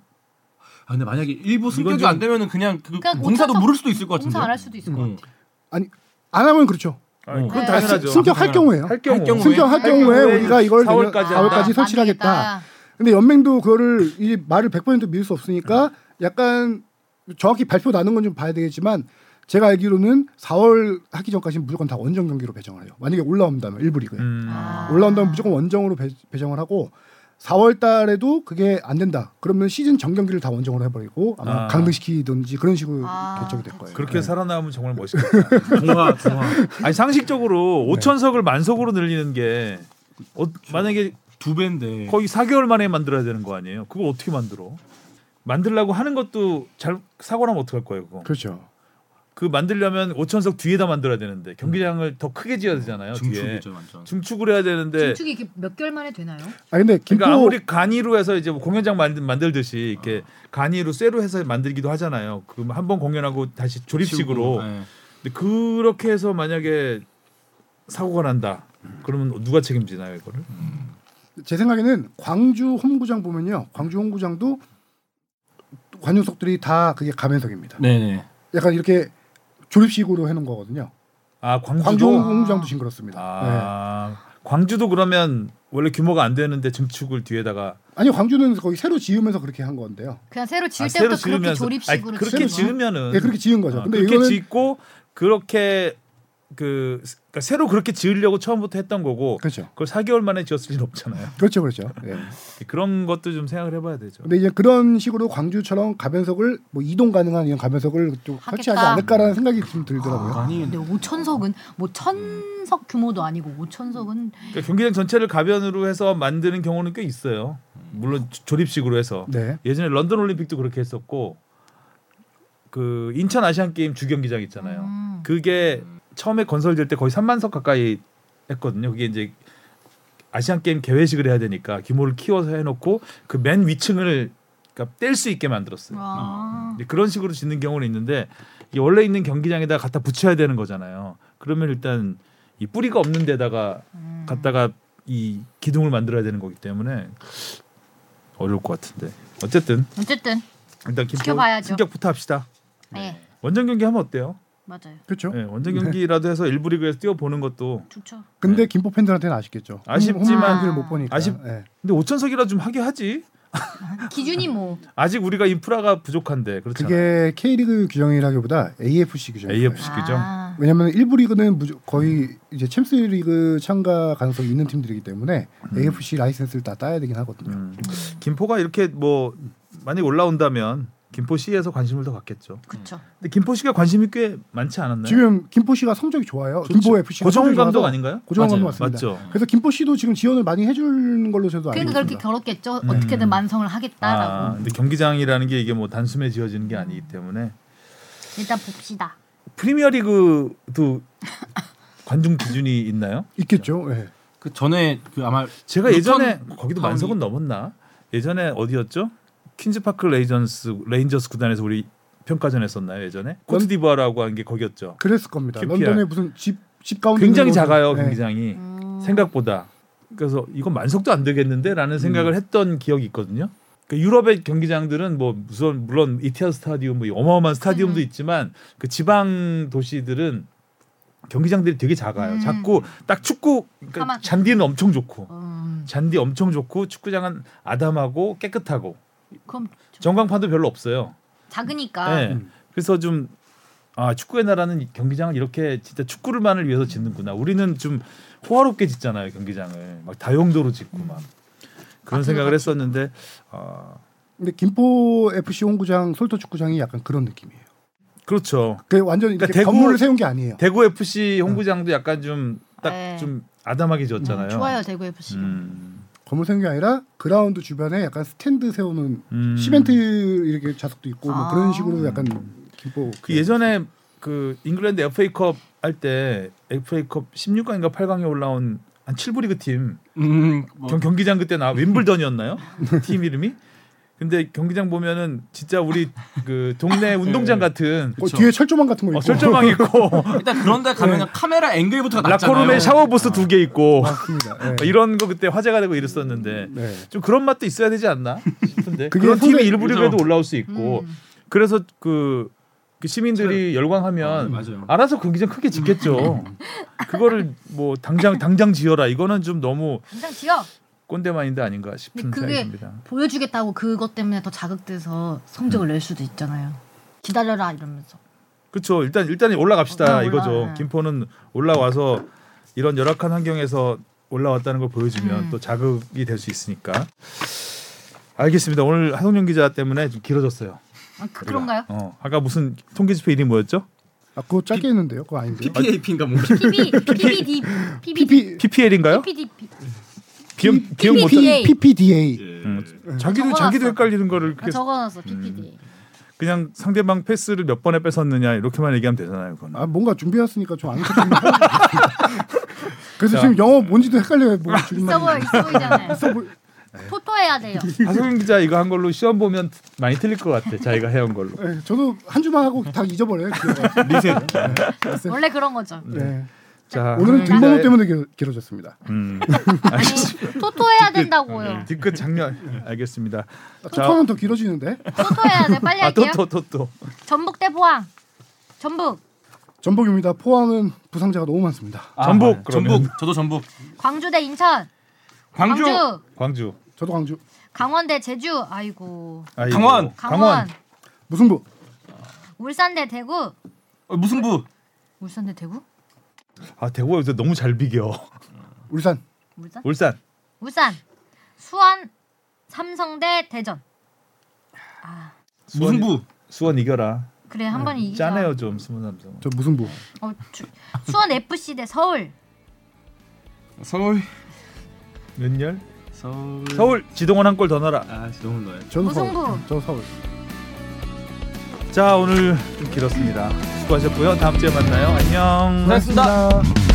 E: 아, 근데 만약에 일부 승격이
B: 좀-
E: 안 되면은 그냥 그 공사도
A: 그냥 그러니까 공사-
E: 모를 수도 있을 것 같은데.
A: 공사 안 할 수도 있을 것
E: 음.
A: 같아.
D: 아니 안 하면 그렇죠.
B: 아니, 그건
A: 네.
B: 당연하죠.
D: 승- 승격할 경우예요.
B: 어, 할 경우.
E: 할 경우.
D: 승격할
A: 할
D: 경우에
B: 경우에
D: 우리가 이걸
B: 4월까지
D: 내년
B: 한다.
D: 아,
A: 아,
D: 4월까지 설치하겠다.
A: 만들겠다.
D: 근데 연맹도 그거를 이 말을 100% 믿을 수 없으니까
B: 네.
D: 약간 정확히 발표 나는 건 좀 봐야 되겠지만 제가 알기로는 4월 하기 전까지는 무조건 다 원정 경기로 배정을 해요. 만약에 올라온다면 일부 리그에.
B: 음.
A: 아.
D: 올라온다면 무조건 원정으로 배, 배정을 하고 4월 달에도 그게 안 된다. 그러면 시즌 전경기를 다 원정으로 해버리고 아마
B: 아.
D: 강등시키든지 그런 식으로
A: 아,
D: 결정이 될 거예요.
B: 그렇게
D: 네.
B: 살아남으면 정말 멋있겠다.
E: 공화 공화
B: 아니 상식적으로
D: 네.
B: 5천석을 만석으로 늘리는 게 어, 만약에
E: 두 배인데.
B: 거의 4개월 만에 만들어야 되는 거 아니에요? 그거 어떻게 만들어? 만들려고 하는 것도 잘 사고 나면 어떡할 거예요, 그거?
D: 그렇죠.
B: 그 만들려면 5천석 뒤에다 만들어야 되는데 경기장을 더 크게 지어야 되잖아요. 네, 뒤에.
E: 중축이죠 완전.
B: 중축을 해야 되는데
A: 음. 중축이 이게 몇 개월 만에 되나요?
D: 아 근데 김포
B: 그러니까 아무리 간이로 해서 이제 뭐 공연장 만들, 만들듯이 이렇게
A: 아.
B: 간이로 쇠로 해서 만들기도 하잖아요. 그럼 한 번 공연하고 다시 조립식으로.
E: 네.
B: 근데 그렇게 해서 만약에 사고가 난다. 그러면 누가 책임지나요, 이거를?
D: 제 생각에는 광주 홈구장 보면요. 광주 홈구장도 관중석들이 다 그게 가면석입니다.
E: 네네.
D: 약간 이렇게 조립식으로 해놓은 거거든요.
B: 아, 광주도
D: 광주 홈구장도 지금 그렇습니다. 네.
B: 아, 광주도 그러면 원래 규모가 안 되는데 증축을 뒤에다가
D: 아니 광주는 거기 새로 지으면서 그렇게 한 건데요.
A: 그냥 새로 지을
B: 아,
A: 때부터
B: 새로
A: 그렇게
B: 지으면서
A: 조립식으로
B: 아니, 그렇게
A: 지은 거야?
B: 지으면은
D: 네, 그렇게 지은 거죠.
B: 아,
D: 근데
B: 그렇게
D: 이거는
B: 짓고 그렇게 그 그러니까 새로 그렇게 지으려고 처음부터 했던 거고
D: 그렇죠.
B: 그걸 4개월 만에 지었을 일 없잖아요.
D: 그렇죠, 그렇죠. 예.
B: 그런 것도 좀 생각을 해봐야 되죠.
D: 근데 이제 그런 식으로 광주처럼 가변석을 뭐 이동 가능한 이런 가변석을 좀
A: 하겠다.
D: 설치하지 않을까라는 생각이 좀 들더라고요.
E: 아니
A: 근데 5천석은 뭐 천석 규모도 아니고 5천석은
B: 그러니까 경기장 전체를 가변으로 해서 만드는 경우는 꽤 있어요. 물론 조- 조립식으로 해서
D: 네.
B: 예전에 런던 올림픽도 그렇게 했었고 그 인천 아시안 게임 주경기장 있잖아요.
A: 음.
B: 그게 처음에 건설될 때 거의 3만 석 가까이 했거든요. 그게 이제 아시안 게임 개회식을 해야 되니까 규모를 키워서 해놓고 그 맨 위층을 그러니까 뗄 수 있게 만들었어요.
A: 아.
B: 근데 그런 식으로 짓는 경우는 있는데 이게 원래 있는 경기장에다 갖다 붙여야 되는 거잖아요. 그러면 일단 이 뿌리가 없는 데다가
A: 음.
B: 갖다가 이 기둥을 만들어야 되는 거기 때문에 어려울 것 같은데 어쨌든
A: 어쨌든
B: 일단 김포
A: 지켜봐야죠.
B: 승격부터 합시다. 네.
A: 예
B: 원정 경기 하면 어때요?
A: 맞아요
D: 그렇죠.
B: 예, 원정 경기라도 해서 일부 리그에서 뛰어보는 것도
A: 좋죠
D: 근데 김포 팬들한테는 아쉽겠죠.
B: 네. 아쉽지만-
D: 홈을 못 보니까.
B: 아쉽-
D: 예.
B: 근데 5천석이라 좀 하게 하지.
A: 기준이 뭐
B: 아직 우리가 인프라가 부족한데 그렇잖아요.
D: 그게 K리그 규정이라기보다 AFC 규정이에요.
B: AFC. 그죠?
A: 아.
D: 왜냐하면 일부 리그는 무조- 거의 이제 챔스 리그 참가 가능성이 있는 팀들이기 때문에 AFC 라이센스를 다 따야 되긴 하거든요.
B: 음. 김포가 이렇게 뭐 만약 올라온다면 김포시에서 관심을 더 갖겠죠.
A: 그쵸
D: 음.
B: 근데 김포시가 관심이 꽤 많지 않았나요?
D: 지금 김포시가 성적이 좋아요. 김포
B: 네.
D: FC가
B: 고정훈 감독 아닌가요?
D: 고정훈
E: 맞아요.
D: 감독 맞습니다.
B: 맞죠.
D: 그래서 김포시도 지금 지원을 많이 해주는 걸로 저도 알고
A: 그러니까
D: 있습니다.
A: 그렇게 결었겠죠
B: 음.
A: 어떻게든 만성을 하겠다라고
B: 아, 근데 경기장이라는 게 이게 뭐 단숨에 지어지는 게 아니기 때문에
A: 일단 봅시다
B: 프리미어리그도 관중 기준이 있나요?
D: 있겠죠. 예.
E: 그 전에 그 아마
B: 제가
E: 루턴
B: 예전에 거기도
E: 타운이-
B: 만석은 넘었나? 예전에 어디였죠? 퀸즈파크 레이전스 레인저스 구단에서 우리 평가전 했었나요 예전에? 코트디부아라고 한 게 거기였죠.
D: 그랬을 겁니다.
B: QPR.
D: 런던에 무슨 집집 가운데
B: 굉장히
D: 있는 곳-
B: 작아요
D: 네.
B: 경기장이
A: 음,
B: 생각보다. 그래서 이건 만석도 안 되겠는데라는 생각을 했던 기억이 있거든요. 그 유럽의 경기장들은 뭐 무슨 물론 이티아 스타디움 뭐 어마어마한 스타디움도
A: 음.
B: 있지만 그 지방 도시들은 경기장들이 되게 작아요.
A: 음.
B: 작고 딱 축구 그러니까
A: 까맣-
B: 잔디는 엄청 좋고
A: 음,
B: 잔디 엄청 좋고 축구장은 아담하고 깨끗하고
A: 그럼
B: 전광판도 별로 없어요.
A: 작으니까
B: 예.
D: 음.
B: 그래서 좀 아, 축구의 나라는 이 경기장을 이렇게 진짜 축구를만을 위해서 짓는구나. 우리는 좀 호화롭게 짓잖아요, 경기장을. 막 다용도로 짓고 막. 그런
A: 마트도
B: 생각을
A: 같이.
B: 했었는데 아,
D: 근데 김포 FC 홈구장, 솔터 축구장이 약간 그런 느낌이에요.
B: 그렇죠.
D: 그 완전 이렇게
B: 그러니까 대구-
D: 건물을 세운 게 아니에요.
B: 대구 FC 홈구장도 약간 좀 딱 좀
A: 네.
B: 아담하게
A: 음,
B: 지었잖아요.
A: 좋아요 대구 FC.
B: 음.
D: 건물 세운 게 아니라 그라운드 주변에 약간 스탠드 세우는
B: 음.
D: 시멘트 이렇게 좌석도 있고 뭐
A: 아.
D: 그런 식으로 약간 김포
B: 그 예전에 그 잉글랜드 FA컵 할 때 FA컵 16강인가 8강에 올라온 한 7부 리그 팀
E: 음,
C: 어.
E: 뭐
B: 경, 경기장 그때 나 윈블던이었나요? 팀 이름이? 근데 경기장 보면은 진짜 우리 그 동네 운동장 같은
D: 어, 뒤에 철조망 같은 거 있고
B: 어, 설정망 있고
E: 일단 그런데 가면 카메라 앵글부터가 낮잖아요.
B: 네. 라코룸에 샤워 부스 두 개 있고
D: 맞습니다. 네.
B: 아, 이런 거 그때 화제가 되고 이랬었는데
D: 네.
B: 좀 그런 맛도 있어야 되지 않나 싶은데
D: 그게
B: 그런 팀이
D: 상당히-
B: 일부 리그에도 올라올 수 있고
A: 음.
B: 그래서 그, 그 시민들이 열광하면
E: 아, 네, 맞아요.
B: 알아서 경기장 크게 짓겠죠. 그거를 뭐 당장 당장 지어라 이거는 좀 너무
A: 당장 지어
B: 꼰대 마인드 아닌가 싶은
A: 근데 그게-
B: 생각입니다.
A: 보여주겠다고 그것 때문에 더 자극돼서 성적을 낼 수도 있잖아요. 기다려라 이러면서.
B: 그렇죠. 일단 일단 올라갑시다
A: 아, 올라,
B: 이거죠.
A: 올라.
B: 김포는 올라와서 이런 열악한 환경에서 올라왔다는 걸 보여주면
A: 음.
B: 또 자극이 될 수 있으니까. 알겠습니다. 오늘 하성룡 기자 때문에 좀 길어졌어요.
A: 아, 그, 그런가요?
B: 어, 아까 무슨 통계 지표 이름이 뭐였죠?
D: 아 그거 짧게 했는데요. 그거 아닌데요.
E: PPAP인가 뭔가.
A: PB PBD PBD
D: PP
B: PPL인가요?
A: PBD
B: 기억 기억 못.
A: PPL.
D: PPDA. PPDA.
B: 음, 자기도
A: 적어놨어.
B: 자기도 헷갈리는 거를
A: 아,
B: 그렇게
A: 적어놨어 PBD.
B: 그냥 상대방 패스를 몇 번에 뺏었느냐 이렇게만 얘기하면 되잖아요. 그건.
D: 아 뭔가 준비했으니까 좀 안 했거든요. 그래서
B: 자.
D: 지금 영어 뭔지도 헷갈려요. 뭐 줄만
A: 있어 보여 있어 보이잖아요.
D: 있어 보이-
A: 토토해야 돼요.
B: 하성룡 기자 이거 한 걸로 시험 보면 많이 틀릴 것 같아. 자기가 해온 걸로.
D: 네, 저도 한 주만 하고 다 잊어버려요. 기억을.
B: 리셋. 아,
A: 원래 그런 거죠.
D: 네.
B: 자,
D: 오늘은
B: 하성룡
D: 등번호
B: 기자의-
D: 때문에 길- 길어졌습니다. 아,
B: 음.
A: 아니 토토해야 된다고요.
B: 뒤끝 장면 알겠습니다. 자,
D: 토토는 더 길어지는데
A: 토토해야 돼. 빨리
B: 아, 또
A: 네, 할게요.
B: 또 또 또.
A: 전북 대 포항. 전북,
D: 전북입니다. 포항은 부상자가 너무 많습니다.
E: 아,
B: 전북,
E: 네.
B: 그러면.
E: 전북. 저도 전북.
A: 광주 대 인천,
E: 광주.
A: 광주,
B: 광주.
D: 저도 광주
A: 강원 대 제주. 아이고.
B: 아이고.
E: 강원.
A: 강원,
D: 무승부
A: 울산 대 대구.
E: 어, 무승부.
A: 울산 대 대구?
B: 아 대구가 요새 너무 잘 비겨.
D: 울산
A: 울산?
B: 울산.
A: 울산. 수원, 삼성 대 대전.
B: 수원이-
E: 무승부.
B: 수원 이겨라.
A: 그래 한 번에 이기자.
B: 네, 짠해요 좀 스무 남성.
D: 저 무승부
A: 어, 주, 수원 FC 대 서울.
E: 서울.
B: 은열.
E: 서울.
B: 서울 지동원 한 골 더 넣어라.
E: 아, 너무 넣어요.
D: 저는
A: 무승부.
D: 서울 저 서울
B: 자 오늘 좀 길었습니다. 수고하셨고요. 다음 주에 만나요. 안녕.
E: 고맙습니다.
D: 고맙습니다.